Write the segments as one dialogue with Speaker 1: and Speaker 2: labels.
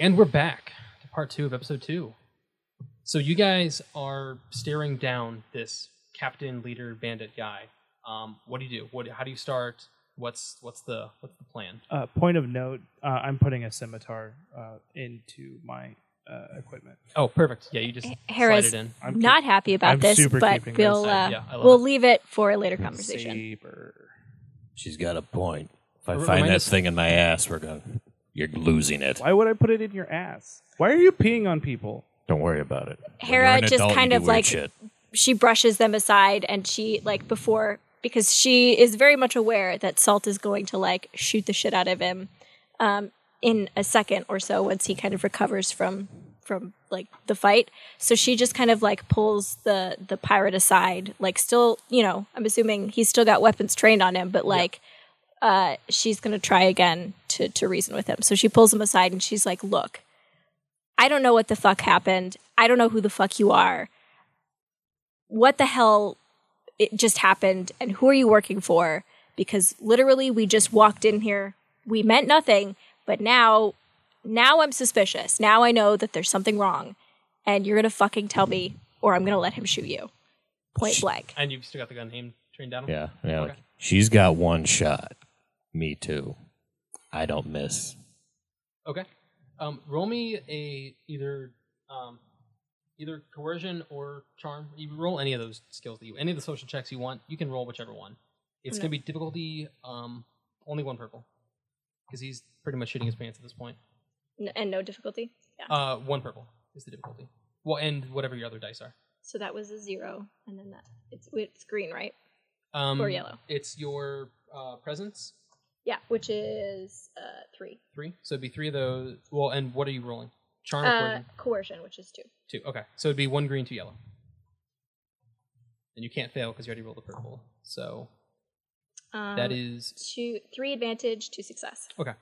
Speaker 1: And we're back to part two of episode two. So you guys are staring down this captain, leader, bandit guy. Um, what do you do? What? How do you start? What's what's the what's the plan?
Speaker 2: Uh, point of note: uh, I'm putting a scimitar uh, into my uh, equipment.
Speaker 1: Oh, perfect. Yeah, you just
Speaker 3: H-
Speaker 1: slide
Speaker 3: Harris.
Speaker 1: it in.
Speaker 2: I'm
Speaker 3: Not happy about
Speaker 2: I'm
Speaker 3: this,
Speaker 2: super
Speaker 3: but
Speaker 2: keeping
Speaker 3: we'll
Speaker 2: this.
Speaker 3: uh,
Speaker 1: yeah, I love
Speaker 3: we'll
Speaker 1: it.
Speaker 3: leave it for a later
Speaker 2: keeping
Speaker 3: conversation.
Speaker 2: saber.
Speaker 4: She's got a point. If I
Speaker 1: R-
Speaker 4: find
Speaker 1: remind
Speaker 4: that
Speaker 1: us-
Speaker 4: thing in my ass, we're going. You're losing it.
Speaker 2: Why would I put it in your ass? Why are you peeing on people?
Speaker 4: Don't worry about it. When
Speaker 3: Hera
Speaker 4: you're an
Speaker 3: just
Speaker 4: adult, you
Speaker 3: kind
Speaker 4: do
Speaker 3: of
Speaker 4: weird
Speaker 3: like-
Speaker 4: shit.
Speaker 3: she brushes them aside and she like before because she is very much aware that salt is going to like shoot the shit out of him um, in a second or so once he kind of recovers from from like the fight so she just kind of like pulls the the pirate aside like still you know i'm assuming he's still got weapons trained on him but like uh, she's gonna try again to to reason with him so she pulls him aside and she's like look i don't know what the fuck happened i don't know who the fuck you are what the hell it just happened and who are you working for because literally we just walked in here we meant nothing but now now i'm suspicious now i know that there's something wrong and you're gonna fucking tell me or i'm gonna let him shoot you point blank
Speaker 1: And you've still got the gun aimed trained down. him?
Speaker 4: Yeah, yeah.
Speaker 1: Okay.
Speaker 4: like, she's got one shot. Me too. I don't miss.
Speaker 1: Okay. Um, roll me a either um, either coercion or charm. You roll any of those skills that you any of the social checks you want. You can roll whichever one. It's
Speaker 3: Okay.
Speaker 1: gonna be difficulty um, only one purple because he's pretty much shooting his pants at this point.
Speaker 3: N- and no difficulty yeah
Speaker 1: Uh, one purple is the difficulty. Well, and whatever your other dice are.
Speaker 3: so that was a zero and then that it's, it's green right
Speaker 1: Um,
Speaker 3: Or yellow.
Speaker 1: It's your uh, presence
Speaker 3: yeah which is uh three
Speaker 1: three. So it'd be three of those. Well, and what are you rolling? Charm or coercion?
Speaker 3: Uh, coercion which is two
Speaker 1: Two. Okay. So it'd be one green, two yellow. And you can't fail because you already rolled a purple. So
Speaker 3: um,
Speaker 1: that is
Speaker 3: two three advantage two success
Speaker 1: okay.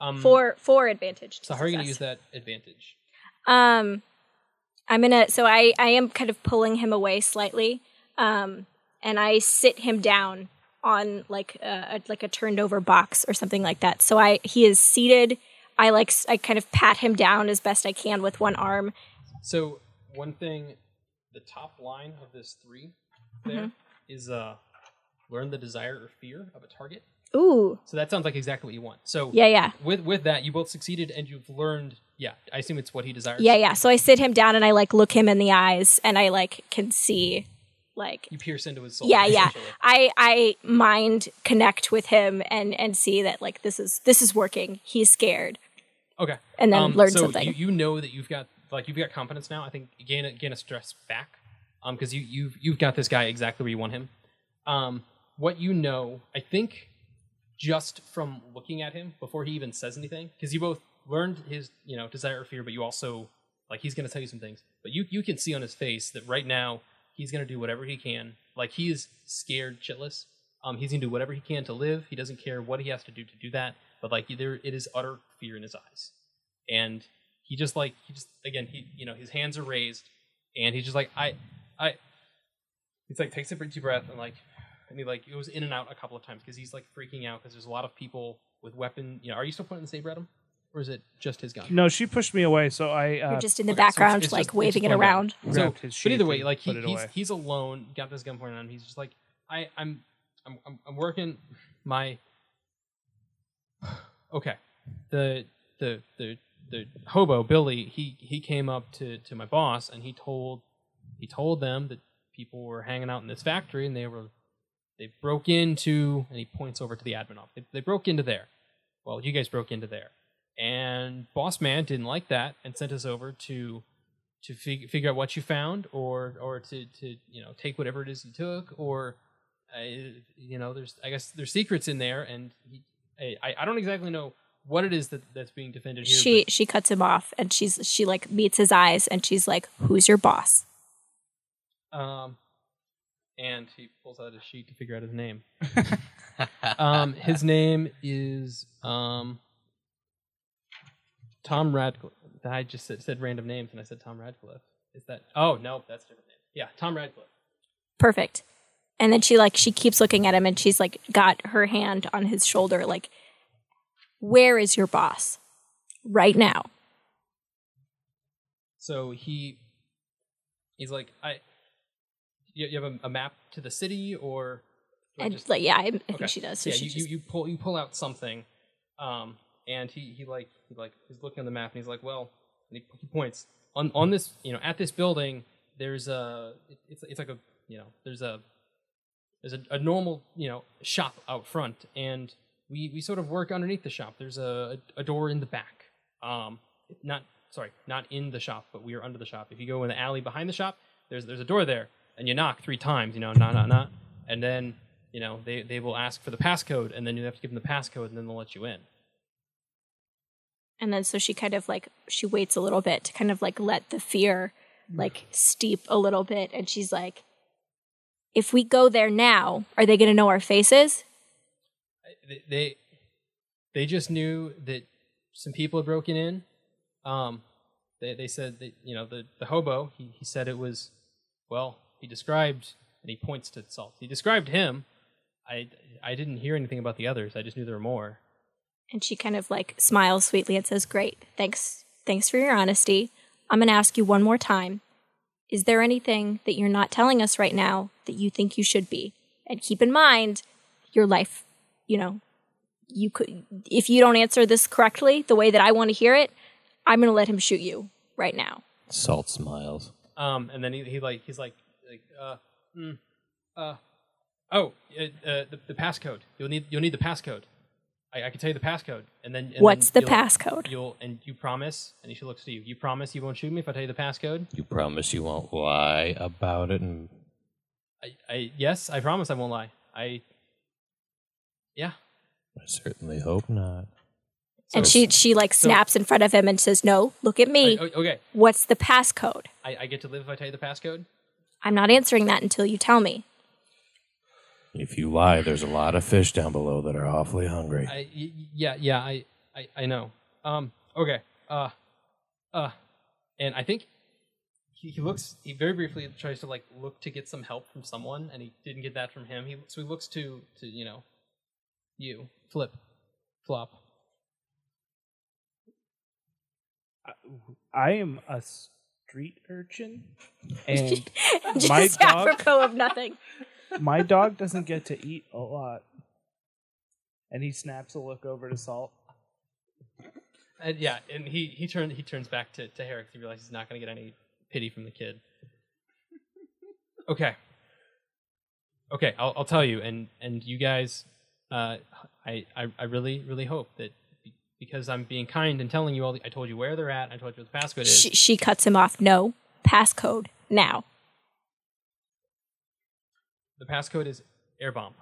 Speaker 1: Um,
Speaker 3: four four advantage two
Speaker 1: So how are you gonna
Speaker 3: success.
Speaker 1: use that advantage?
Speaker 3: Um, I'm gonna. So I I am kind of pulling him away slightly, um, and I sit him down on like a, a- like a turned over box or something like that. So I he is seated. I like s- I kind of pat him down as best I can with one arm.
Speaker 1: So one thing, the top line of this three there
Speaker 3: Mm-hmm.
Speaker 1: is uh, learn the desire or fear of a target.
Speaker 3: Ooh,
Speaker 1: So that sounds like exactly what you want. So
Speaker 3: yeah, yeah,
Speaker 1: with with that, you both succeeded and you've learned. Yeah, I assume it's what he desires.
Speaker 3: yeah, yeah. So I sit him down and I like look him in the eyes, and I like can see like
Speaker 1: You pierce into his soul.
Speaker 3: yeah yeah
Speaker 1: essentially.
Speaker 3: i i mind connect with him and and see that like this is this is working he's scared
Speaker 1: Okay.
Speaker 3: and then learn
Speaker 1: Um, so
Speaker 3: something
Speaker 1: You, you know that you've got like you've got confidence now. I think gain a, gain a stress back Um 'cause because you you've you've got this guy exactly where you want him. Um, what you know, I think, just from looking at him before he even says anything, because you both learned his you know desire or fear, but you also like he's going to tell you some things, but you you can see on his face that right now he's going to do whatever he can. Like he is scared shitless. Um, he's going to do whatever he can to live. He doesn't care what he has to do to do that. But like there, it is utter fear in his eyes and he just like he just again he you know his hands are raised and he's just like i i he's like takes a big deep breath and like and he like it was in and out a couple of times because he's like freaking out because there's a lot of people with weapon you know are you still pointing the saber at him or is it just his gun
Speaker 2: No, she pushed me away, so I
Speaker 3: You're
Speaker 2: uh,
Speaker 3: just in the
Speaker 1: Okay, so it's-
Speaker 3: background,
Speaker 1: it's
Speaker 3: like
Speaker 1: just- it's
Speaker 3: waving
Speaker 1: just
Speaker 3: it
Speaker 1: one guy.
Speaker 3: around.
Speaker 2: grabbed
Speaker 1: So,
Speaker 2: his
Speaker 1: but either
Speaker 2: sheath
Speaker 1: way,
Speaker 2: and
Speaker 1: like he,
Speaker 2: put it
Speaker 1: he's
Speaker 2: away.
Speaker 1: he's alone, got this gun pointed on him. He's just like, I I'm I'm I'm, I'm working my okay. The the the the hobo Billy he he came up to to my boss and he told he told them that people were hanging out in this factory and they were they broke into and he points over to the admin office. They, they broke into there. Well, you guys broke into there. And boss man didn't like that and sent us over to to fig- figure out what you found or or to to you know take whatever it is you took or uh, you know there's I guess there's secrets in there and he, I I don't exactly know what it is that that's being defended here.
Speaker 3: She
Speaker 1: but-
Speaker 3: she cuts him off, and she's she like meets his eyes, and she's like, "Who's your boss?"
Speaker 1: Um, and he pulls out his sheet to figure out his name. um, his name is um, Tom Radcliffe. I just said, said random names and I said Tom Radcliffe. Is that? Oh no, that's a different name. Yeah, Tom Radcliffe.
Speaker 3: Perfect. And then she like she keeps looking at him, and she's like got her hand on his shoulder, like, "Where is your boss? Right now."
Speaker 1: So he he's like, I you, you have a, a map to the city or do I
Speaker 3: and
Speaker 1: just-
Speaker 3: like yeah, I, I think
Speaker 1: Okay.
Speaker 3: she does. So
Speaker 1: yeah,
Speaker 3: she
Speaker 1: you,
Speaker 3: just,
Speaker 1: you, you pull you pull out something, um, and he, he like he like he's looking on the map and he's like, well, and he, he points on on this you know at this building there's a it- it's it's like a you know there's a there's a, a normal you know shop out front and we we sort of work underneath the shop. There's a a door in the back, um, not sorry not in the shop but we are under the shop. If you go in the alley behind the shop, there's there's a door there and you knock three times, you know, nah nah nah, and then you know they, they will ask for the passcode and then you have to give them the passcode and then they'll let you in
Speaker 3: and then so she kind of like she waits a little bit to kind of like let the fear
Speaker 1: Mm.
Speaker 3: like steep a little bit, and she's like, "If we go there now, are they going to know our faces?"
Speaker 1: they they, they just knew that some people had broken in um they, they said that you know the, the hobo he, he said it was well he described and he points to salt he described him i i didn't hear anything about the others i just knew there were more
Speaker 3: And she kind of like smiles sweetly and says, "Great, thanks, thanks for your honesty. I'm going to ask you one more time: Is there anything that you're not telling us right now that you think you should be? And keep in mind, your life. You know, you could if you don't answer this correctly the way that I want to hear it, I'm going to let him shoot you right now.
Speaker 4: Salt smiles.
Speaker 1: Um, and then he, he like he's like like uh, mm, uh, oh, uh, uh, the, the passcode. You'll need you'll need the passcode. I, I can tell you the passcode, and then and
Speaker 3: What's
Speaker 1: then
Speaker 3: the
Speaker 1: you'll-
Speaker 3: passcode?
Speaker 1: You'll and you promise, and she looks to you. You promise you won't shoot me if I tell you the passcode.
Speaker 4: You promise you won't lie about it and
Speaker 1: I, I yes, I promise I won't lie. I yeah.
Speaker 4: I certainly hope not.
Speaker 3: and she she like
Speaker 1: so-
Speaker 3: snaps in front of him and says, "No, look at
Speaker 1: I,
Speaker 3: me.
Speaker 1: o- okay,
Speaker 3: What's the passcode?
Speaker 1: I, I get to live if I tell you the passcode.
Speaker 3: I'm not answering that until you tell me."
Speaker 4: If you lie, there's a lot of fish down below that are awfully hungry.
Speaker 1: I y- y- yeah yeah I, I I know. Um okay. Uh uh and I think he, he looks he very briefly tries to like look to get some help from someone and he didn't get that from him. He so he looks to to you know you flip flop.
Speaker 2: I am a street urchin, and My
Speaker 3: Just
Speaker 2: dog-
Speaker 3: apropos of nothing.
Speaker 2: my dog doesn't get to eat a lot. And he snaps a look over to Salt.
Speaker 1: And yeah, and he he turns he turns back to to Herrick. He realizes he's not going to get any pity from the kid. Okay. Okay, I'll I'll tell you, and and you guys, uh, I I, I really really hope that be- because I'm being kind and telling you all, the, I told you where they're at, I told you what the passcode is.
Speaker 3: She, she cuts him off. No, passcode now.
Speaker 1: the passcode is air bomb,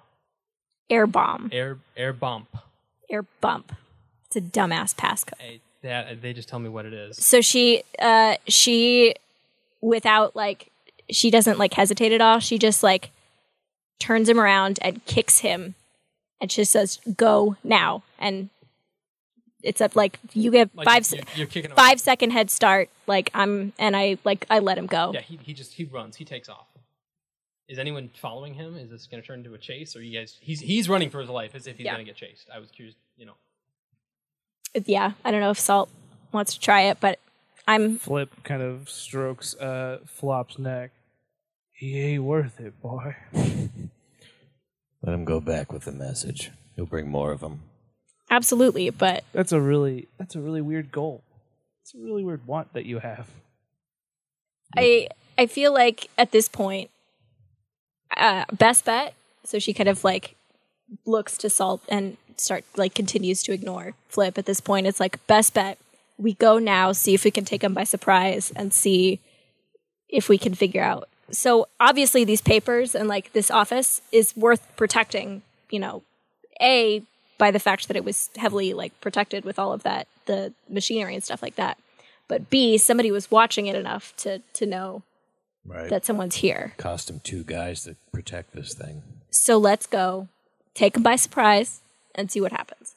Speaker 3: Air bomb.
Speaker 1: air air bomb.
Speaker 3: Air bump. It's a dumbass passcode.
Speaker 1: I, that they just tell me what it is.
Speaker 3: So she uh she without like she doesn't like hesitate at all. She just like turns him around and kicks him and she says, "Go now." And it's up like you get
Speaker 1: Like,
Speaker 3: five
Speaker 1: You're,
Speaker 3: se-
Speaker 1: you're kicking him out.
Speaker 3: five second head start. Like I'm and I like I let him go.
Speaker 1: Yeah, he, he just he runs. He takes off. Is anyone following him? Is this going to turn into a chase? Or you guys? He's he's running for his life as if he's
Speaker 3: Yeah.
Speaker 1: going to get chased. I was curious. You know,
Speaker 3: yeah, I don't know if Salt wants to try it, but I'm
Speaker 2: Flip kind of strokes uh, Flop's neck. He ain't worth it, boy.
Speaker 4: Let him go back with the message. He'll bring more of them.
Speaker 3: absolutely, but
Speaker 2: That's a really that's a really weird goal. It's a really weird want that you have.
Speaker 3: I I feel like at this point, uh, best bet. So she kind of like looks to Salt and start like continues to ignore Flip. At this point, it's like best bet. We go now, see if we can take him by surprise, and see if we can figure out. So obviously, these papers and like this office is worth protecting. You know, a by the fact that it was heavily like protected with all of that the machinery and stuff like that but B, somebody was watching it enough to to know
Speaker 4: Right.
Speaker 3: that someone's here.
Speaker 4: Cost him two guys to protect this thing.
Speaker 3: So let's go, take them by surprise, and see what happens.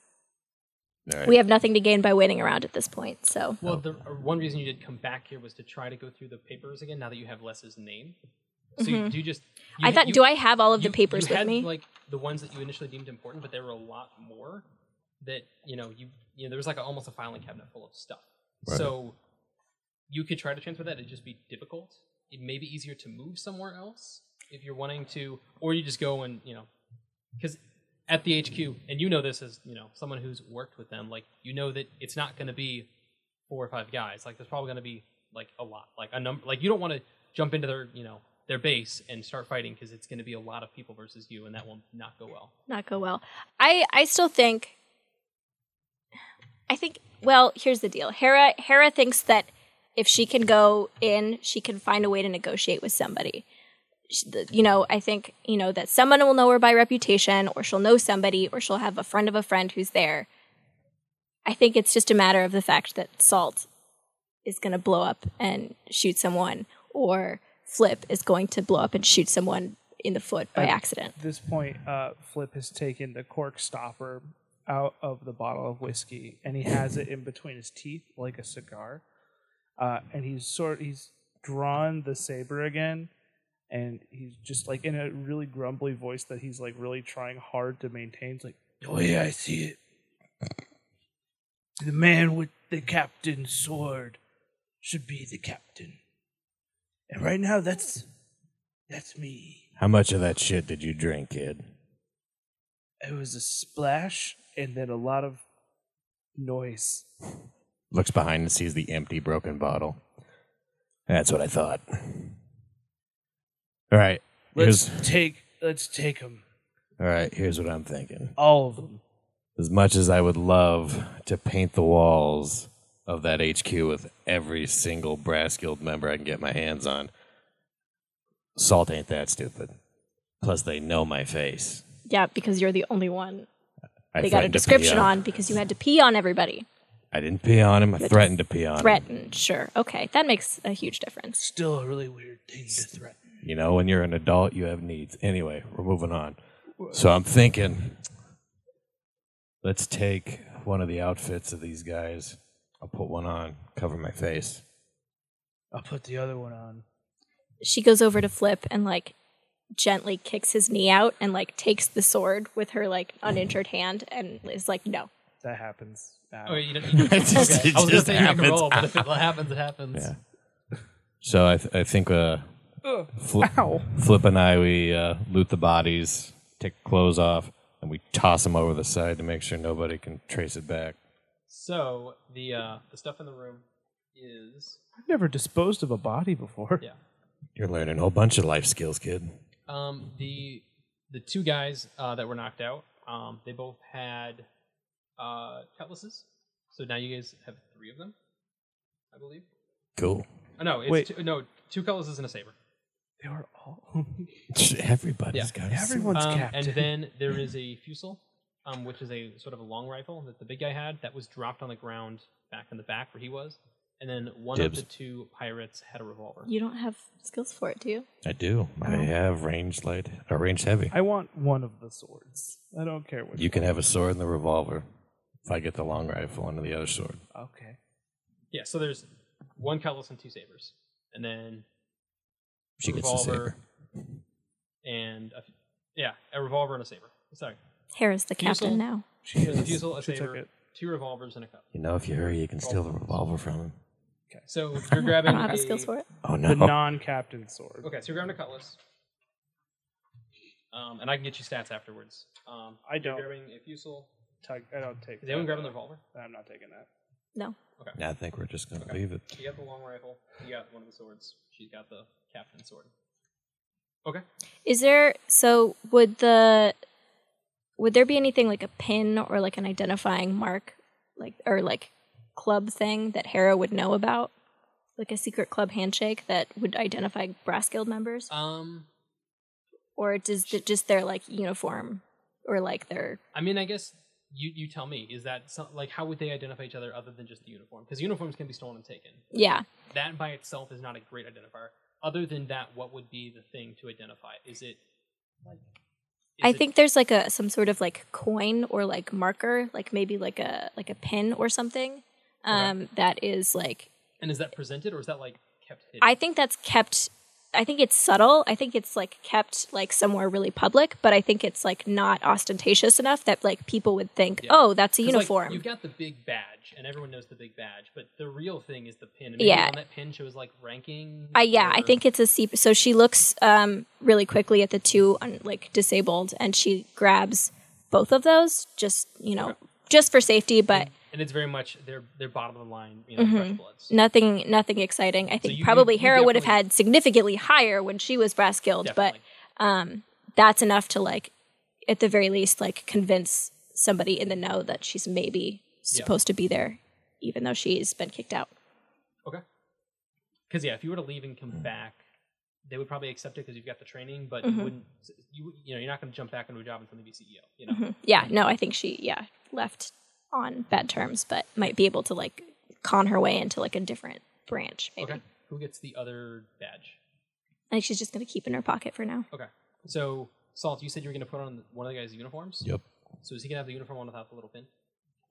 Speaker 4: All right.
Speaker 3: We have nothing to gain by waiting around at this point. So
Speaker 1: well, the uh, one reason you did come back here was to try to go through the papers again. Now that you have Les's name, so you, do you just? you
Speaker 3: Mm-hmm. I
Speaker 1: had-
Speaker 3: thought,
Speaker 1: you-
Speaker 3: do I have all of
Speaker 1: you-
Speaker 3: the papers
Speaker 1: you
Speaker 3: with
Speaker 1: had,
Speaker 3: me?
Speaker 1: Like the ones that you initially deemed important, but there were a lot more that you know you you know there was like a, almost a filing cabinet full of stuff.
Speaker 4: Right.
Speaker 1: So you could try to transfer that. It'd just be difficult. It may be easier to move somewhere else if you're wanting to, or you just go and you know, because at the HQ, and you know this as you know someone who's worked with them, like you know that it's not going to be four or five guys. Like there's probably going to be like a lot, like a number. Like you don't want to jump into their you know their base and start fighting because it's going to be a lot of people versus you, and that will not go well.
Speaker 3: not go well. I I still think I think well, here's the deal. Hera Hera thinks that if she can go in, she can find a way to negotiate with somebody. She, the- you know, I think, you know, that someone will know her by reputation or she'll know somebody or she'll have a friend of a friend who's there. I think it's just a matter of the fact that Salt is going to blow up and shoot someone or Flip is going to blow up and shoot someone in the foot by
Speaker 2: I-
Speaker 3: accident.
Speaker 2: At this point, uh, Flip has taken the cork stopper out of the bottle of whiskey, and he has it in between his teeth like a cigar. Uh, and he's sort he's drawn the saber again, and he's just like in a really grumbly voice that he's like really trying hard to maintain. It's like the way I see it, the man with the captain's sword should be the captain. And right now, that's that's me.
Speaker 4: How much of that shit did you drink, kid?
Speaker 2: It was a splash and then a lot of noise.
Speaker 4: Looks behind and sees the empty, broken bottle. That's what I thought. All right.
Speaker 2: Let's
Speaker 4: Here's,
Speaker 2: take let's take them
Speaker 4: all right. Here's what I'm thinking.
Speaker 2: all of them.
Speaker 4: As much as I would love to paint the walls of that HQ with every single Brass Guild member I can get my hands on, Salt ain't that stupid. Plus, they know my face.
Speaker 3: Yeah, because you're the only one
Speaker 4: I
Speaker 3: they got a
Speaker 4: threatened to pee
Speaker 3: description on because you had to pee on everybody.
Speaker 4: I didn't pee on him. I threatened to pee on him.
Speaker 3: Threatened, sure. Okay, that makes a huge difference.
Speaker 2: Still a really weird thing to threaten.
Speaker 4: You know, when you're an adult, you have needs. Anyway, we're moving on. So I'm thinking, let's take one of the outfits of these guys. I'll put one on, cover my face.
Speaker 2: I'll put the other one on.
Speaker 3: She goes over to Flip and like gently kicks his knee out and like takes the sword with her like uninjured hand and is like, no.
Speaker 2: That happens. Uh,
Speaker 1: Oh, you don't, you don't-
Speaker 4: It just-
Speaker 1: okay.
Speaker 4: it
Speaker 1: I was gonna
Speaker 4: just
Speaker 1: say you can
Speaker 4: happens.
Speaker 1: roll, but if it happens, it happens.
Speaker 4: Yeah. So I, th- I think uh, Fli- Flip and I we uh, loot the bodies, take clothes off, and we toss them over the side to make sure nobody can trace it back.
Speaker 1: So the uh, the stuff in the room is
Speaker 2: I've never disposed of a body before.
Speaker 1: yeah.
Speaker 4: You're learning a whole bunch of life skills, kid.
Speaker 1: Um, the the two guys uh, that were knocked out, um, they both had uh, cutlasses. So now you guys have three of them, I believe.
Speaker 4: Cool.
Speaker 1: Oh, no, it's
Speaker 2: Wait.
Speaker 1: Two, no two cutlasses and a saber.
Speaker 2: They were all.
Speaker 4: Everybody's
Speaker 1: Yeah.
Speaker 4: got a
Speaker 2: Everyone's
Speaker 1: Um,
Speaker 2: captain.
Speaker 1: and then there is a fusil, um, which is a sort of a long rifle that the big guy had that was dropped on the ground back in the back where he was. And then one
Speaker 4: Dibs.
Speaker 1: of the two pirates had a revolver.
Speaker 3: You don't have skills for it, do you?
Speaker 4: I do. I
Speaker 2: Oh.
Speaker 4: have ranged light or ranged heavy.
Speaker 2: I want one of the swords. I don't care which.
Speaker 4: You can have a sword and the revolver. If I get the long rifle under the other sword.
Speaker 2: one. Okay.
Speaker 1: Yeah, so there's one cutlass and two sabers, and then
Speaker 4: She gets the
Speaker 1: Revolver.
Speaker 4: saber.
Speaker 1: and a, yeah, a revolver and a saber. Sorry,
Speaker 3: Hera's the
Speaker 1: Fusil.
Speaker 3: captain now.
Speaker 2: She
Speaker 1: there's a
Speaker 2: is.
Speaker 1: fusil, a
Speaker 2: She took
Speaker 1: saber,
Speaker 2: it.
Speaker 1: two revolvers, and a cup.
Speaker 4: You know, if you hurry, you can steal the revolver from him.
Speaker 1: So you're
Speaker 3: I
Speaker 1: grabbing
Speaker 3: don't have
Speaker 1: a-
Speaker 3: skills for it.
Speaker 4: Oh no!
Speaker 2: The non-captain sword.
Speaker 1: Okay, so you're grabbing a cutlass, um, and I can get you stats afterwards. Um,
Speaker 2: I
Speaker 1: you're
Speaker 2: don't.
Speaker 1: grabbing a fusil.
Speaker 2: Tug- I don't take.
Speaker 1: Is anyone
Speaker 2: that.
Speaker 1: grabbing the revolver?
Speaker 2: I'm not taking that.
Speaker 3: No.
Speaker 4: Nah, I think we're just gonna leave it.
Speaker 1: You got the long rifle. You got one of the swords. She's got the captain's sword. Okay.
Speaker 3: Is there so would the would there be anything like a pin or like an identifying mark like or like club thing that Hera would know about? Like a secret club handshake that would identify brass guild members?
Speaker 1: Um,
Speaker 3: Or does it just their like uniform or like their
Speaker 1: I mean, I guess you you tell me. Is that some, like how would they identify each other other than just the uniform? Because uniforms can be stolen and taken.
Speaker 3: yeah.
Speaker 1: that by itself is not a great identifier. Other than that, what would be the thing to identify? Is it like
Speaker 3: I
Speaker 1: is it-
Speaker 3: think there's like a some sort of like coin or like marker, like maybe like a like a pin or something. Um that is like
Speaker 1: and is that presented or is that like kept hidden?
Speaker 3: I think that's kept I think it's subtle. I think it's like kept like somewhere really public, but I think it's like not ostentatious enough that like people would think,
Speaker 1: Yeah.
Speaker 3: "Oh, that's a
Speaker 1: 'Cause, like,
Speaker 3: uniform."
Speaker 1: you've got the big badge, and everyone knows the big badge, but the real thing is the pin. And maybe
Speaker 3: Yeah.
Speaker 1: On that pin shows like ranking.
Speaker 3: I yeah, I
Speaker 1: or-
Speaker 3: think it's a C. So she looks um, really quickly at the two un, like disabled, and she grabs both of those just you know just for safety, but
Speaker 1: and it's very much their their bottom of the line, you know,
Speaker 3: Mm-hmm.
Speaker 1: fresh bloods.
Speaker 3: nothing nothing exciting. I think
Speaker 1: you- you-
Speaker 3: probably
Speaker 1: you
Speaker 3: Hera would have
Speaker 1: definitely-
Speaker 3: had significantly higher when she was brass guild,
Speaker 1: Definitely.
Speaker 3: but um, that's enough to like at the very least like convince somebody in the know that she's maybe supposed to be there, even though she's been kicked out.
Speaker 1: Okay. Because yeah, if you were to leave and come back, they would probably accept it because you've got the training, but
Speaker 3: Mm-hmm.
Speaker 1: you wouldn't. You you know you're not going to jump back into a job in front of the CEO. You know.
Speaker 3: Yeah, no, I think she yeah left on bad terms, but might be able to like con her way into like a different branch. Maybe
Speaker 1: Okay. Who gets the other badge?
Speaker 3: I think she's just gonna keep in her pocket for now.
Speaker 1: Okay. So Salt, you said you were going to put on one of the guys' uniforms.
Speaker 4: Yep.
Speaker 1: So is he going to have the uniform on without the little pin?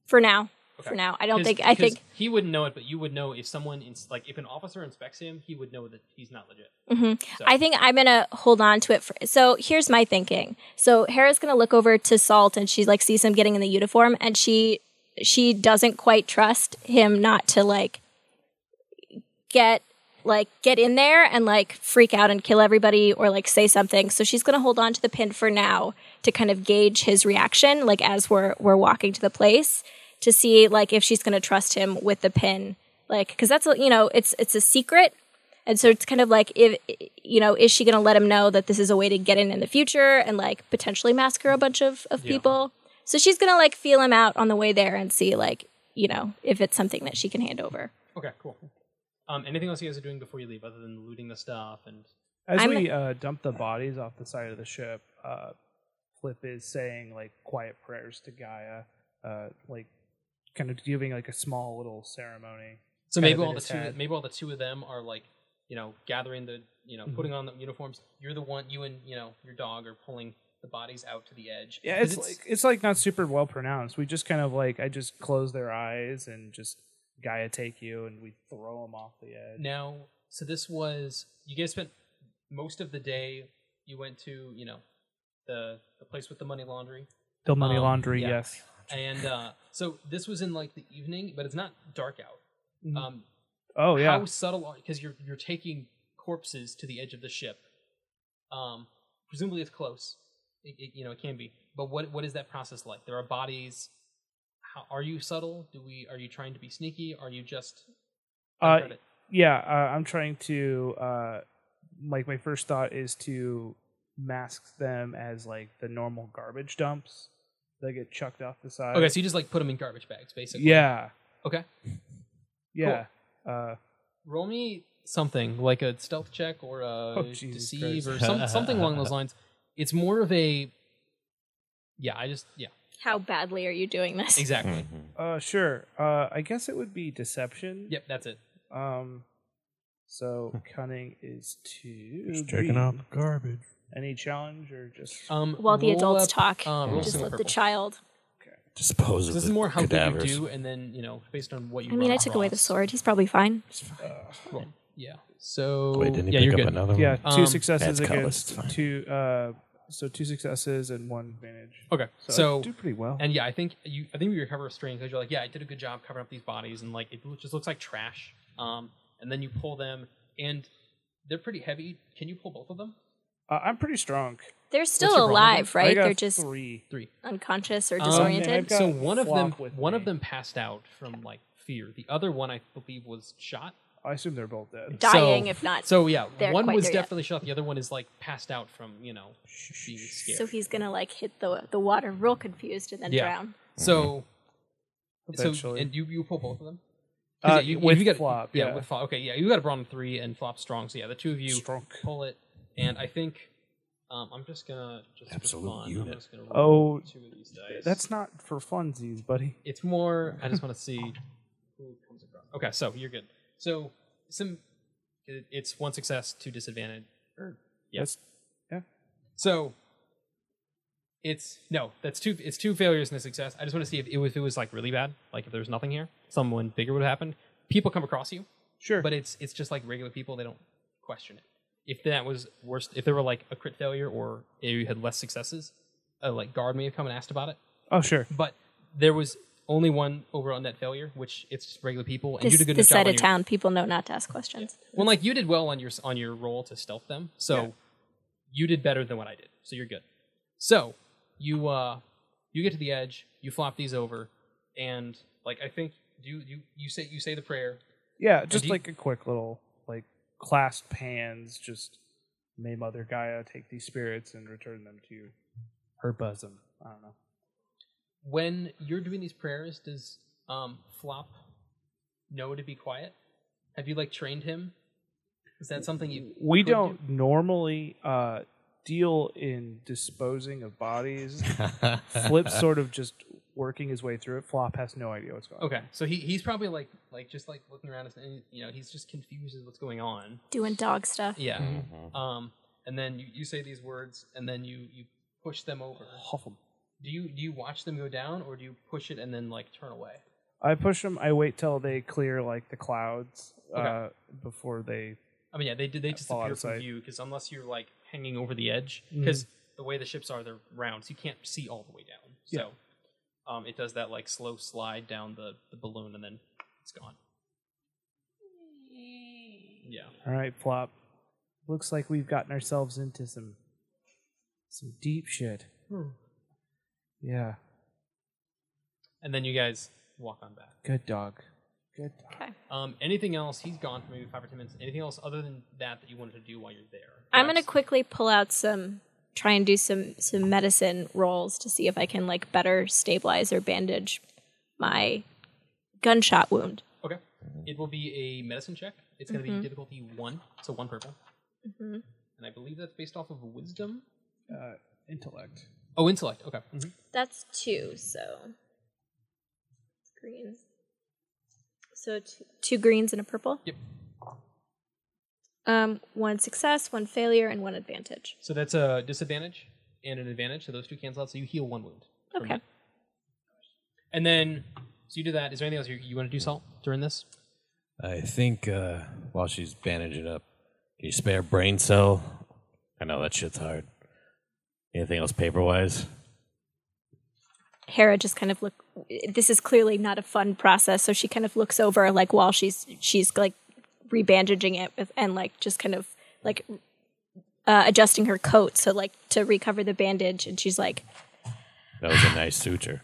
Speaker 3: For now,
Speaker 1: Okay.
Speaker 3: for now, I don't
Speaker 1: 'Cause-
Speaker 3: think I
Speaker 1: because
Speaker 3: think
Speaker 1: he wouldn't know it, but you would know if someone ins- like if an officer inspects him, he would know that he's not legit. So-
Speaker 3: I think I'm gonna hold on to it for. So here's my thinking. So Hera's gonna look over to Salt, and she like sees him getting in the uniform, and she she doesn't quite trust him not to like get like get in there and like freak out and kill everybody or like say something. So she's gonna hold on to the pin for now to kind of gauge his reaction, like as we're we're walking to the place to see like if she's gonna trust him with the pin, like because that's a- you know it's it's a secret and so it's kind of like, if you know, is she going to let him know that this is a way to get in in the future and like potentially massacre a bunch of of people? So she's going to like feel him out on the way there and see like you know if it's something that she can hand over.
Speaker 1: Okay, cool. Um, anything else you guys are doing before you leave, other than looting the stuff and
Speaker 2: As
Speaker 3: I'm-
Speaker 2: we uh, dump the bodies off the side of the ship, uh, Flip is saying like quiet prayers to Gaia, uh, like kind of giving like a small little ceremony.
Speaker 1: so
Speaker 2: Kind
Speaker 1: maybe
Speaker 2: of in
Speaker 1: all the
Speaker 2: his
Speaker 1: two
Speaker 2: head.
Speaker 1: maybe all the two of them are like you know gathering the you
Speaker 2: Mm-hmm.
Speaker 1: know putting on the uniforms. You're the one you and you know your dog are pulling the bodies out to the edge.
Speaker 2: Yeah,
Speaker 1: 'Cause
Speaker 2: it's, like it's like not super well pronounced. We just kind of like I just close their eyes and just Gaia take you, and we throw them off the edge.
Speaker 1: now. So this was you guys spent most of the day. You went to you know the the place with the money laundry.
Speaker 2: Still money
Speaker 1: Um,
Speaker 2: laundry,
Speaker 1: yeah.
Speaker 2: yes.
Speaker 1: And uh, so this was in like the evening, but it's not dark out.
Speaker 2: Mhm.
Speaker 1: Um,
Speaker 2: Oh yeah,
Speaker 1: How subtle are because you're you're taking corpses to the edge of the ship. Um, presumably it's close. It, it, you know, it can be. But what what is that process like? There are bodies. How, are you subtle? Do we? Are you trying to be sneaky? Are you just?
Speaker 2: Uh,
Speaker 1: I've heard it.
Speaker 2: yeah. Uh, I'm trying to uh, like my first thought is to mask them as like the normal garbage dumps that get chucked off the side.
Speaker 1: okay, so you just like put them in garbage bags, basically.
Speaker 2: yeah,
Speaker 1: Okay.
Speaker 2: yeah. Uh,
Speaker 1: Roll me something like a stealth check or a
Speaker 2: Oh, Jesus
Speaker 1: deceive
Speaker 2: Christ.
Speaker 1: or some, something along those lines. It's more of a. Yeah, I just yeah
Speaker 3: How badly are you doing this?
Speaker 1: exactly.
Speaker 4: Mm-hmm.
Speaker 2: uh, sure. Uh, I guess it would be deception.
Speaker 1: yep, that's it.
Speaker 2: Um, so cunning is two.
Speaker 4: garbage.
Speaker 2: Any challenge or just
Speaker 1: Um,
Speaker 3: While the
Speaker 1: roll
Speaker 3: adults
Speaker 1: up,
Speaker 3: talk,
Speaker 1: uh, roll
Speaker 3: just
Speaker 1: single
Speaker 3: let the
Speaker 1: purple.
Speaker 3: child.
Speaker 4: Dispose of
Speaker 1: So this
Speaker 4: the
Speaker 1: is more how good you
Speaker 4: cadavers.
Speaker 1: do, and then you know, based on what you.
Speaker 3: I mean,
Speaker 1: run
Speaker 3: I took away the
Speaker 1: across.
Speaker 3: sword. He's probably fine.
Speaker 1: Well, yeah. So
Speaker 4: Wait, didn't he
Speaker 1: yeah,
Speaker 4: pick
Speaker 1: you're
Speaker 4: up
Speaker 1: good.
Speaker 4: another one?
Speaker 2: yeah? Two
Speaker 1: Um,
Speaker 2: successes
Speaker 4: that's covered,
Speaker 2: against
Speaker 4: it's fine.
Speaker 2: two. Uh, so two successes and one advantage.
Speaker 1: Okay,
Speaker 2: So, I
Speaker 1: so
Speaker 2: do pretty well.
Speaker 1: and yeah, I think you. I think we recover a string because you're like, yeah, I did a good job covering up these bodies, and like it lo- just looks like trash. Um, and then you pull them, and they're pretty heavy. Can you pull both of them?
Speaker 2: uh, I'm pretty strong.
Speaker 3: They're
Speaker 1: your
Speaker 3: still
Speaker 1: problem?
Speaker 3: alive,
Speaker 2: I
Speaker 3: right?
Speaker 2: got
Speaker 3: They're just
Speaker 2: three.
Speaker 1: Three.
Speaker 3: unconscious or
Speaker 1: Um,
Speaker 2: I've
Speaker 3: disoriented.
Speaker 2: got
Speaker 1: So one of them,
Speaker 2: Flock with
Speaker 1: one of
Speaker 2: me.
Speaker 1: them passed out from like fear. The other one, I believe, was shot.
Speaker 2: I assume they're both dead.
Speaker 3: Dying,
Speaker 1: So-
Speaker 3: if not.
Speaker 1: So yeah,
Speaker 3: They're
Speaker 1: one
Speaker 3: quite
Speaker 1: was
Speaker 3: there yet.
Speaker 1: definitely shot. The other one is like passed out from you know being scared.
Speaker 3: so he's gonna like hit the the water real confused and then
Speaker 1: Yeah.
Speaker 3: drown.
Speaker 1: So, so
Speaker 2: Eventually.
Speaker 1: and you you pull both of them. 'Cause,
Speaker 2: Uh,
Speaker 1: yeah, you,
Speaker 2: with
Speaker 1: you got,
Speaker 2: flop,
Speaker 1: yeah,
Speaker 2: yeah.
Speaker 1: with flop. Okay, yeah, you got a brawn three and flop strong. So yeah, the two of you
Speaker 2: Strong.
Speaker 1: pull it, and I think um, I'm just gonna just for
Speaker 4: Absolute
Speaker 1: fun, I'm
Speaker 4: unit.
Speaker 1: just gonna
Speaker 2: Oh,
Speaker 1: roll two of these dice.
Speaker 2: That's not for funsies, buddy.
Speaker 1: it's more. I just want to see who comes across. Okay, so you're good. So some, it, it's one success, two disadvantage. Or yeah.
Speaker 2: That's- yeah.
Speaker 1: So it's no, that's two. It's two failures and a success. I just want to see if it was, if it was like really bad, like if there was nothing here, someone bigger would have happened. People come across you,
Speaker 2: Sure.
Speaker 1: but it's it's just like regular people. They don't question it. if that was worst, if there were like a crit failure or you had less successes, uh, like guard may have come and asked about it.
Speaker 2: Oh, sure.
Speaker 1: But there was only one overall net failure, which it's just regular people, and you
Speaker 3: This,
Speaker 1: did a good
Speaker 3: this
Speaker 1: enough job.
Speaker 3: side
Speaker 1: on
Speaker 3: of
Speaker 1: your-
Speaker 3: town, people know not to ask questions.
Speaker 1: Well, like you did well on your on your roll to stealth them, so you did better than what I did. So you're good. So you uh you get to the edge, you flop these over, and like I think do you you, you say you say the prayer.
Speaker 2: Yeah, just
Speaker 1: do you-
Speaker 2: like a quick little like clasped hands. Just may Mother Gaia take these spirits and return them to her bosom. I don't know.
Speaker 1: When you're doing these prayers, does um flop know to be quiet? Have you like trained him? Is that something you
Speaker 2: We
Speaker 1: could do?
Speaker 2: don't normally uh, deal in disposing of bodies. Flip's sort of just working his way through it. Flop has no idea what's going on.
Speaker 1: Okay, so he, he's probably like like just like looking around, and you know he's just confused as what's going on.
Speaker 3: Doing dog stuff.
Speaker 1: Yeah.
Speaker 2: Mm-hmm.
Speaker 4: Mhm.
Speaker 1: Um, and then you, you say these words, and then you, you push them over.
Speaker 2: Huffle.
Speaker 1: Do you do you watch them go down, or do you push it and then like turn away?
Speaker 2: I push them. I wait till they clear like the clouds uh,
Speaker 1: Okay.
Speaker 2: before they.
Speaker 1: I mean, yeah, they did they
Speaker 2: Fall out
Speaker 1: disappear from
Speaker 2: of sight. Mm-hmm.
Speaker 1: view because unless you're like hanging over the edge, because the way the ships are, they're round, so you can't see all the way down. So, um, it does that like slow slide down the, the balloon, and then it's gone. Yeah.
Speaker 2: All right, flop. Looks like we've gotten ourselves into some some deep shit. Yeah,
Speaker 1: And then you guys walk on back.
Speaker 2: good dog. Good. Dog.
Speaker 1: Um, anything else? He's gone for maybe five or ten minutes. Anything else other than that that you wanted to do while you're there?
Speaker 3: I'm gonna
Speaker 1: Perhaps-
Speaker 3: quickly pull out some, try and do some some medicine rolls to see if I can like better stabilize or bandage my gunshot wound.
Speaker 1: Okay. It will be a medicine check. It's going to be difficulty one, so one purple.
Speaker 3: Mhm.
Speaker 1: And I believe that's based off of wisdom.
Speaker 2: Uh, intellect.
Speaker 1: Oh, intellect. Okay.
Speaker 3: That's two, so greens. So two, two greens and a purple.
Speaker 1: Yep.
Speaker 3: Um, one success, one failure, and one advantage.
Speaker 1: So that's a disadvantage and an advantage. So those two cancel out. So you heal one wound. from
Speaker 3: Okay.
Speaker 1: that. And then, so you do that. Is there anything else you, you want to do, Salt, during this?
Speaker 4: I think uh, while she's bandaging up, can you spare brain cell? I know that shit's hard. Anything else paper wise?
Speaker 3: Hera just kind of look. This is clearly not a fun process, so she kind of looks over like while she's she's like rebandaging it with, and like just kind of like uh, adjusting her coat so like to recover the bandage, and she's like,
Speaker 4: That was a nice suture.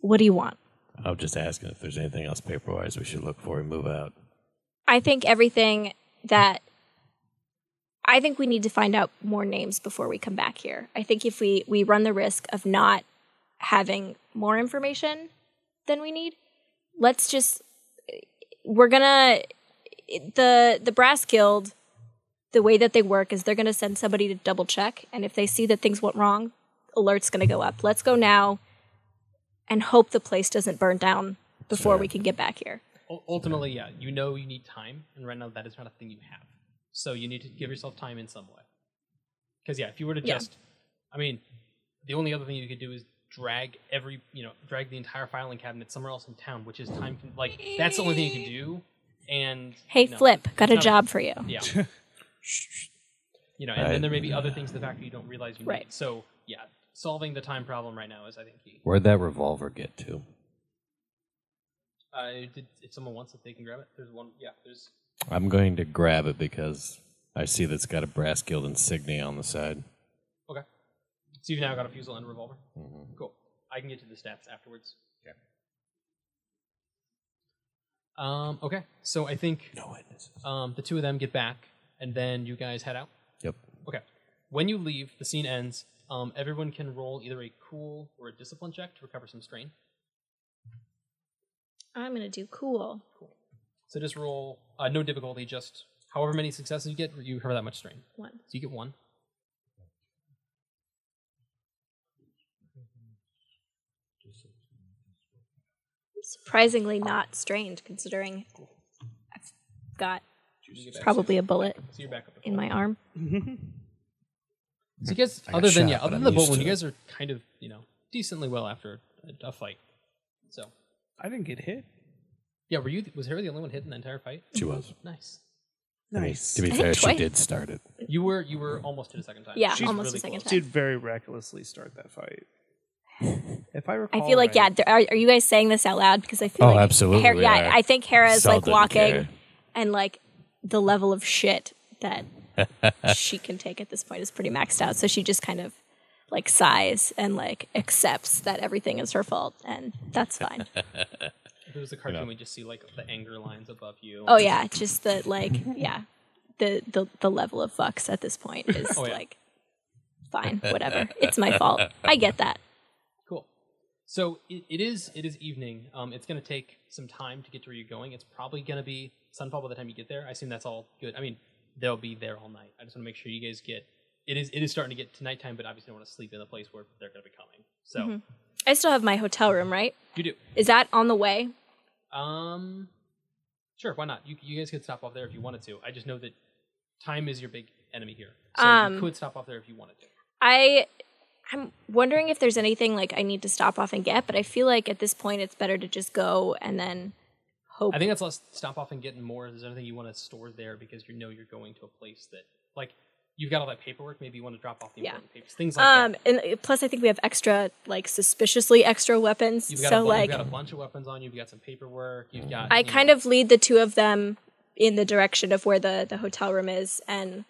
Speaker 3: "What do you want?"
Speaker 4: I'm just asking if there's anything else paper wise we should look for and move out.
Speaker 3: I think everything that I think we need to find out more names before we come back here. I think if we we run the risk of not having more information than we need, let's just we're gonna the the brass guild. The way that they work is they're gonna send somebody to double check, and if they see that things went wrong, alert's gonna go up. Let's go now, and hope the place doesn't burn down before we can get back here.
Speaker 1: U- ultimately, yeah. You know you need time, and right now that is not a thing you have. So you need to give yourself time in some way. Because yeah, if you were to
Speaker 3: Yeah.
Speaker 1: just, I mean, the only other thing you could do is drag every, you know, drag the entire filing cabinet somewhere else in town, which is time. Con- like that's the only thing you can do. And
Speaker 3: Hey,
Speaker 1: no.
Speaker 3: Flip, got a
Speaker 1: Not-
Speaker 3: job for you.
Speaker 1: Yeah. you know, and
Speaker 4: I-
Speaker 1: then there may be other things in the factory you don't realize you need.
Speaker 3: Right.
Speaker 1: So yeah, solving the time problem right now is, I think, key.
Speaker 4: Where'd that revolver get to?
Speaker 1: Uh, did, if someone wants it, they can grab it. There's one. Yeah. There's
Speaker 4: I'm going to grab it because I see that's got a brass guild insignia on the side.
Speaker 1: Okay. So you've now got a fusil and a revolver. Cool. I can get to the stats afterwards. Okay. Um. Okay. So I think
Speaker 4: No witnesses.
Speaker 1: um, the two of them get back, and then you guys head out.
Speaker 4: Yep.
Speaker 1: Okay. When you leave, the scene ends. Um, everyone can roll either a cool or a discipline check to recover some strain.
Speaker 3: I'm gonna do cool.
Speaker 1: So just roll uh, no difficulty, just however many successes you get, you recover that much strain.
Speaker 3: One.
Speaker 1: So you get one.
Speaker 3: Surprisingly not strained, considering I've got
Speaker 1: You get back
Speaker 3: probably a bullet
Speaker 1: six. So you're back up. to
Speaker 3: in my arm.
Speaker 1: So you guys,
Speaker 4: I got
Speaker 1: other than
Speaker 4: shot,
Speaker 1: yeah,
Speaker 4: but
Speaker 1: other than
Speaker 4: I'm
Speaker 1: the
Speaker 4: used
Speaker 1: bolt wound,
Speaker 4: to
Speaker 1: you
Speaker 4: it.
Speaker 1: guys are kind of you know decently well after a, a fight. So
Speaker 2: I didn't get hit.
Speaker 1: yeah, were you? Was Harry the only one hit in the entire fight?
Speaker 4: She was.
Speaker 1: Nice.
Speaker 4: I mean,
Speaker 2: Nice.
Speaker 4: to be
Speaker 3: I
Speaker 4: fair,
Speaker 3: think
Speaker 4: she
Speaker 3: twice.
Speaker 4: did start it.
Speaker 1: You were you were almost hit a second time.
Speaker 3: Yeah,
Speaker 1: She's
Speaker 3: almost
Speaker 1: really
Speaker 3: a second
Speaker 1: close.
Speaker 2: did
Speaker 3: time.
Speaker 2: very recklessly start that fight. If I
Speaker 3: I
Speaker 2: recall,
Speaker 1: oh
Speaker 3: feel like yeah.
Speaker 2: right,
Speaker 3: There, are, are you guys saying this out loud? Because I feel
Speaker 4: Oh,
Speaker 3: like
Speaker 4: absolutely
Speaker 3: Hera-
Speaker 4: we
Speaker 3: yeah,
Speaker 4: are.
Speaker 3: I think Hera's
Speaker 4: Salt
Speaker 3: like
Speaker 4: doesn't
Speaker 3: walking
Speaker 4: care.
Speaker 3: and like the level of shit that she can take at this point is pretty maxed out. So she just kind of like sighs and like accepts that everything is her fault, and that's fine.
Speaker 1: If it was a cartoon, we just see like the anger lines above you.
Speaker 3: oh yeah, just the like yeah, the the the level of fucks at this point is
Speaker 1: Oh, yeah.
Speaker 3: like fine, whatever. It's my fault. I get that.
Speaker 1: Cool. So it, it is it is evening. Um, it's going to take some time to get to where you're going. It's probably going to be sunfall by the time you get there. I assume that's all good. I mean, they'll be there all night. I just want to make sure you guys get. It is it is starting to get to nighttime, but obviously don't want to sleep in a place where they're going to be coming. So
Speaker 3: I still have my hotel room, right?
Speaker 1: you do.
Speaker 3: Is that on the way?
Speaker 1: Um, sure. Why not? You, you guys could stop off there if you wanted to. I just know that time is your big enemy here, so
Speaker 3: Um,
Speaker 1: you could stop off there if you wanted to.
Speaker 3: I I'm wondering if there's anything like I need to stop off and get, but I feel like at this point it's better to just go and then hope.
Speaker 1: I think that's less stop off and getting more. Is there anything you want to store there because you know you're going to a place that like you've got all that paperwork. Maybe you want to drop off the
Speaker 3: Yeah.
Speaker 1: important papers, things like
Speaker 3: um
Speaker 1: that.
Speaker 3: and uh, plus I think we have extra like suspiciously extra weapons.
Speaker 1: You've got, a,
Speaker 3: so
Speaker 1: bu-
Speaker 3: like
Speaker 1: you've got a bunch of weapons on you. You've got some paperwork. You've got.
Speaker 3: I
Speaker 1: you
Speaker 3: kind
Speaker 1: know,
Speaker 3: of lead the two of them in the direction of where the the hotel room is and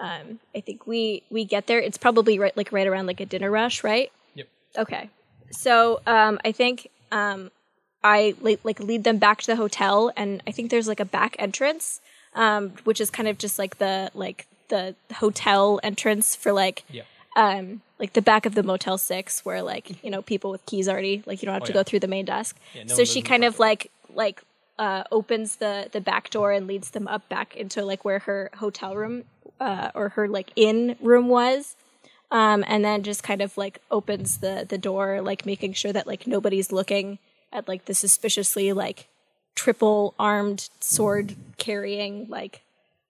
Speaker 3: um I think we we get there. It's probably right like right around like a dinner rush, right?
Speaker 1: Yep.
Speaker 3: Okay. So um, I think um, I li- like lead them back to the hotel, and I think there's like a back entrance, um, which is kind of just like the like the hotel entrance for like
Speaker 1: Yeah.
Speaker 3: um, like the back of the Motel Six, where like you know people with keys already like you don't have
Speaker 1: Oh,
Speaker 3: to
Speaker 1: yeah.
Speaker 3: go through the main desk.
Speaker 1: Yeah, no
Speaker 3: so
Speaker 1: one
Speaker 3: she
Speaker 1: goes in the
Speaker 3: kind
Speaker 1: front
Speaker 3: of like like uh, opens the the back door and leads them up back into like where her hotel room uh, or her like inn room was um, and then just kind of like opens the the door, like making sure that like nobody's looking at like the suspiciously like triple armed sword carrying like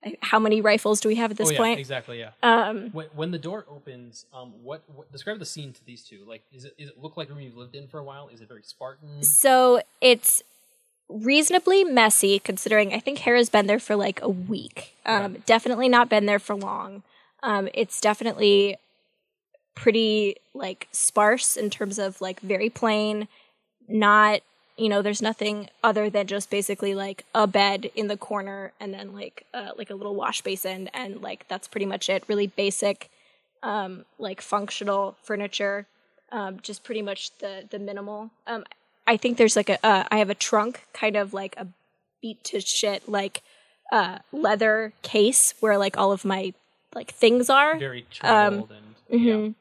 Speaker 3: I- how many rifles do we have at this
Speaker 1: oh, yeah,
Speaker 3: point?
Speaker 1: Exactly. Yeah.
Speaker 3: Um,
Speaker 1: When, when the door opens, um, what, what describe the scene to these two? Like, is it is it look like a room you've lived in for a while? Is it very Spartan?
Speaker 3: so it's reasonably messy considering I think Hera's been there for like a week. Um, Definitely not been there for long. Um, it's definitely pretty like sparse in terms of like very plain, not you know there's nothing other than just basically like a bed in the corner and then like uh, like a little wash basin and like that's pretty much it really basic um like functional furniture um just pretty much the the minimal um i think there's like a uh, i have a trunk kind of like a beat to shit like uh leather case where like all of my like things are
Speaker 1: Very traveled and yeah.
Speaker 3: Mhm.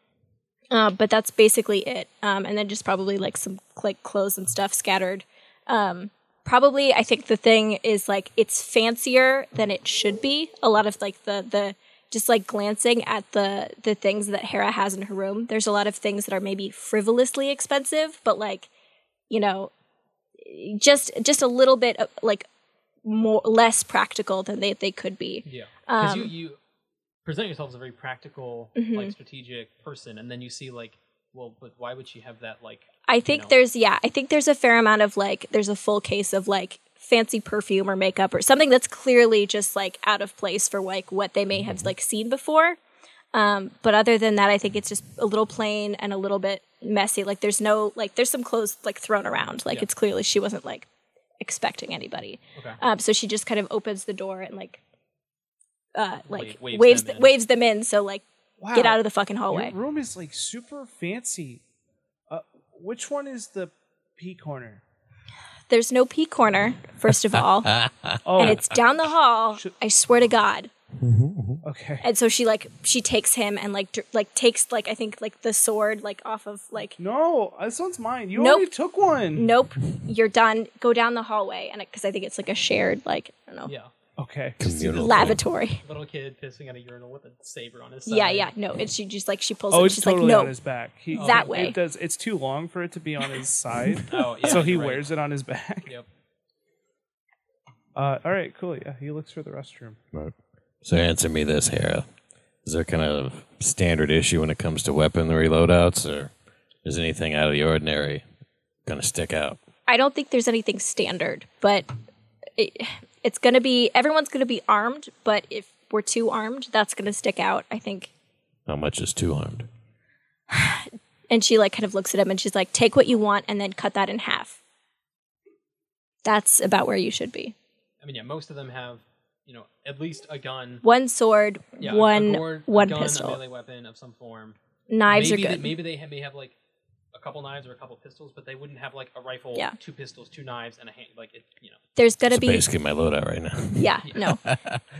Speaker 3: Uh, but that's basically it. Um, and then just probably like some like clothes and stuff scattered. Um, probably, I think the thing is like it's fancier than it should be. A lot of like the the just like glancing at the the things that Hera has in her room. There's a lot of things that are maybe frivolously expensive, but like you know, just just a little bit of, like more less practical than they they could be.
Speaker 1: Yeah, because you
Speaker 3: Um, mm-hmm.
Speaker 1: you present yourself as a very practical, like strategic person, and then you see like, well, but why would she have that? Like,
Speaker 3: I think
Speaker 1: know?
Speaker 3: there's yeah, I think there's a fair amount of like there's a full case of like fancy perfume or makeup or something that's clearly just like out of place for like what they may have
Speaker 1: Mm-hmm.
Speaker 3: like seen before. Um, but other than that, I think it's just a little plain and a little bit messy. Like there's no like there's some clothes like thrown around. Like
Speaker 1: Yeah.
Speaker 3: it's clearly she wasn't like expecting anybody.
Speaker 1: okay,
Speaker 3: Um, so she just kind of opens the door and like uh like
Speaker 1: Wa- waves
Speaker 3: waves
Speaker 1: them
Speaker 3: th-
Speaker 1: in.
Speaker 3: waves them in. So like
Speaker 2: wow,
Speaker 3: get out of the fucking
Speaker 2: your
Speaker 3: hallway.
Speaker 2: room is like super fancy. Uh, which one is the pea corner?
Speaker 3: There's no pee corner first of all.
Speaker 2: Oh,
Speaker 3: and it's down the hall.
Speaker 2: Should-
Speaker 3: I swear to God.
Speaker 2: Oh, okay.
Speaker 3: And so she like she takes him and like dr- like takes like I think like the sword like off of like
Speaker 2: no, this one's mine. You
Speaker 3: Nope.
Speaker 2: already took one.
Speaker 3: nope you're done go down the hallway and because I think it's like a shared like I don't know
Speaker 1: yeah,
Speaker 2: Okay.
Speaker 4: Communal
Speaker 3: lavatory
Speaker 1: little kid pissing at a urinal with a saber on his side.
Speaker 3: yeah yeah no and she just like she pulls
Speaker 2: Oh,
Speaker 3: it
Speaker 2: it's
Speaker 3: she's
Speaker 2: totally on
Speaker 3: like no
Speaker 2: his back. He,
Speaker 3: That
Speaker 2: it
Speaker 3: way.
Speaker 2: does. It's too long for it to be on his side,
Speaker 1: Oh, yeah,
Speaker 2: so he
Speaker 1: you're right.
Speaker 2: wears it on his back.
Speaker 1: Yep.
Speaker 2: Uh, all right, cool. Yeah, he looks for the restroom.
Speaker 4: Right. So answer me this, Hera. Is there kind of standard issue when it comes to weaponry loadouts, or is anything out of the ordinary going to stick out?
Speaker 3: I don't think there's anything standard but it, it's going to be everyone's going to be armed, but if we're too armed, that's going to stick out, I think.
Speaker 4: How much is two armed?
Speaker 3: And she like kind of looks at him and she's like, "Take what you want and then cut that in half." That's about where you should be.
Speaker 1: I mean, yeah, most of them have, you know, at least a gun,
Speaker 3: One sword,
Speaker 1: yeah, a
Speaker 3: one
Speaker 1: gourd, a
Speaker 3: one
Speaker 1: gun, a
Speaker 3: pistol.
Speaker 1: melee weapon of some form.
Speaker 3: Knives
Speaker 1: maybe
Speaker 3: are
Speaker 1: they-
Speaker 3: good.
Speaker 1: maybe they ha- may have like a couple knives or a couple pistols, but they wouldn't have like a rifle,
Speaker 3: Yeah.
Speaker 1: two pistols, two knives, and a hand. Like it, you know,
Speaker 3: There's going to
Speaker 4: It's
Speaker 3: be
Speaker 4: basically my loadout right now.
Speaker 3: Yeah, no.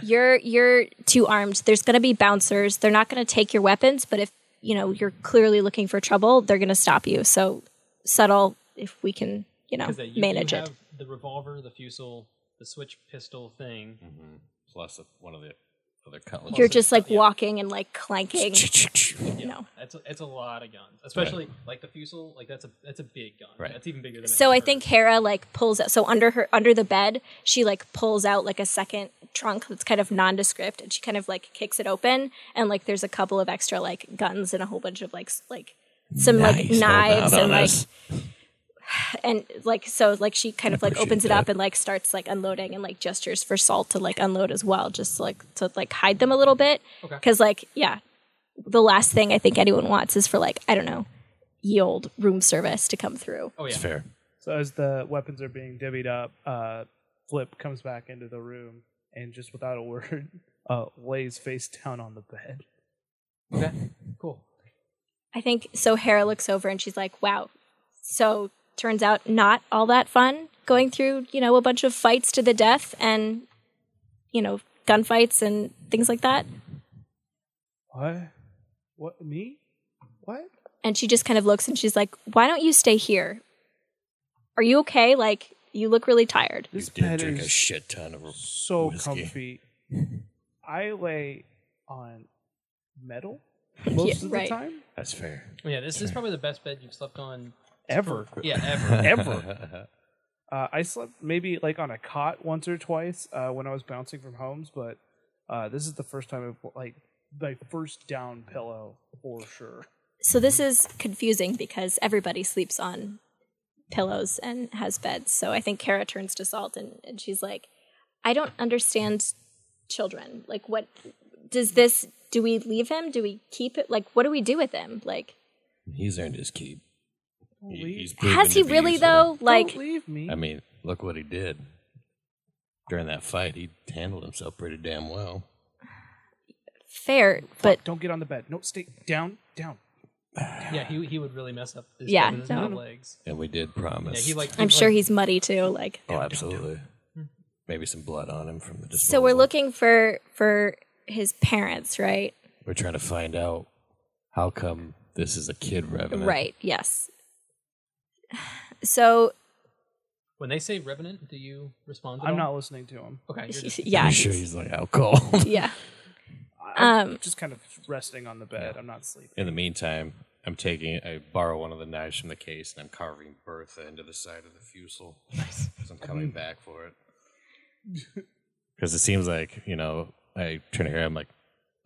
Speaker 3: you're you're too armed. There's going to be bouncers. They're not going to take your weapons, but if, you know, you're clearly looking for trouble, they're going to stop you. So subtle if we can, you know,
Speaker 1: because you,
Speaker 3: manage
Speaker 1: you
Speaker 3: it.
Speaker 1: have the revolver, the fusil, the switch pistol thing.
Speaker 4: Mm-hmm. Plus one of the other cutlets.
Speaker 3: You're just like
Speaker 1: yeah.
Speaker 3: walking and like clanking.
Speaker 1: Yeah,
Speaker 3: You know.
Speaker 1: that's a, it's a lot of guns, especially like the fusil. Like that's a that's a big gun.
Speaker 4: Right.
Speaker 1: That's even bigger than. a
Speaker 3: So I
Speaker 1: hammer.
Speaker 3: think Hera like pulls out so under her under the bed, she like pulls out like a second trunk that's kind of nondescript and she kind of like kicks it open and like there's a couple of extra like guns and a whole bunch of like s- like some like knives and like and like so like she kind of like
Speaker 4: appreciate
Speaker 3: opens it up
Speaker 4: that.
Speaker 3: and like starts like unloading and like gestures for salt to like unload as well just like to like hide them a little bit
Speaker 1: Okay.
Speaker 3: because like yeah the last thing i think anyone wants is for like i don't know ye old room service to come through
Speaker 1: Oh yeah.
Speaker 4: It's fair.
Speaker 2: So as the weapons are being divvied up, uh, Flip comes back into the room and just without a word, uh, lays face down on the bed.
Speaker 1: Okay. Cool.
Speaker 3: i think so hera looks over and she's like wow so turns out not all that fun going through you know a bunch of fights to the death and you know gunfights and things like that
Speaker 2: What? What? Me? What?
Speaker 3: and she just kind of looks and she's like, "Why don't you stay here? Are you okay? Like, you look really tired."
Speaker 4: You
Speaker 2: This
Speaker 4: did
Speaker 2: bed
Speaker 4: drink a
Speaker 2: is
Speaker 4: shit ton of.
Speaker 2: so
Speaker 4: whiskey.
Speaker 2: comfy. I lay on metal most
Speaker 3: Yeah,
Speaker 2: of the
Speaker 3: right.
Speaker 2: time.
Speaker 4: That's fair.
Speaker 1: Well, Oh, yeah, this is probably the best bed you've slept on.
Speaker 2: Ever.
Speaker 1: Yeah, ever.
Speaker 2: Ever. Uh, I slept maybe like on a cot once or twice uh, when I was bouncing from homes, but uh, this is the first time I've like my first down pillow for sure.
Speaker 3: So this is confusing because everybody sleeps on pillows and has beds. So I think Kara turns to Salt and, and she's like, "I don't understand children. Like, what does this? Do we leave him? Do we keep it? Like, what do we do with him? Like,
Speaker 4: He's earned his keep. He-
Speaker 2: Leave-
Speaker 4: he's proven
Speaker 3: has
Speaker 4: to
Speaker 3: he
Speaker 4: be
Speaker 3: really
Speaker 4: useful.
Speaker 3: though? Like,
Speaker 2: Don't leave me.
Speaker 4: I mean, look what he did during that fight. He handled himself pretty damn well.
Speaker 3: fair, but."
Speaker 2: don't get on the bed. No, stay down, down.
Speaker 1: yeah, he he would really mess up. His
Speaker 3: Yeah,
Speaker 1: bed with his
Speaker 3: no.
Speaker 1: no. legs.
Speaker 4: And we did
Speaker 1: Yeah,
Speaker 4: promise.
Speaker 1: he like.
Speaker 3: I'm
Speaker 1: he,
Speaker 3: sure
Speaker 1: like,
Speaker 3: he's muddy too. Like,
Speaker 4: Oh, absolutely. Maybe some blood on him from the disposal.
Speaker 3: so we're looking for for his parents, right?
Speaker 4: We're trying to find out how come this is a kid revenant.
Speaker 3: Right. Yes. So
Speaker 1: When they say revenant, do you respond? At
Speaker 2: I'm
Speaker 1: all?
Speaker 2: not listening to him.
Speaker 1: Okay. You're just,
Speaker 4: Yeah,
Speaker 3: yeah,
Speaker 4: sure he's like alcohol.
Speaker 3: yeah.
Speaker 2: I'm
Speaker 3: Um,
Speaker 2: just kind of resting on the bed. I'm not sleeping.
Speaker 4: In the meantime, I'm taking I borrow one of the knives from the case and I'm carving Bertha into the side of the fusil. Nice. I'm coming
Speaker 3: Mm.
Speaker 4: back for it. Because it seems like, you know, I turn here, I'm like,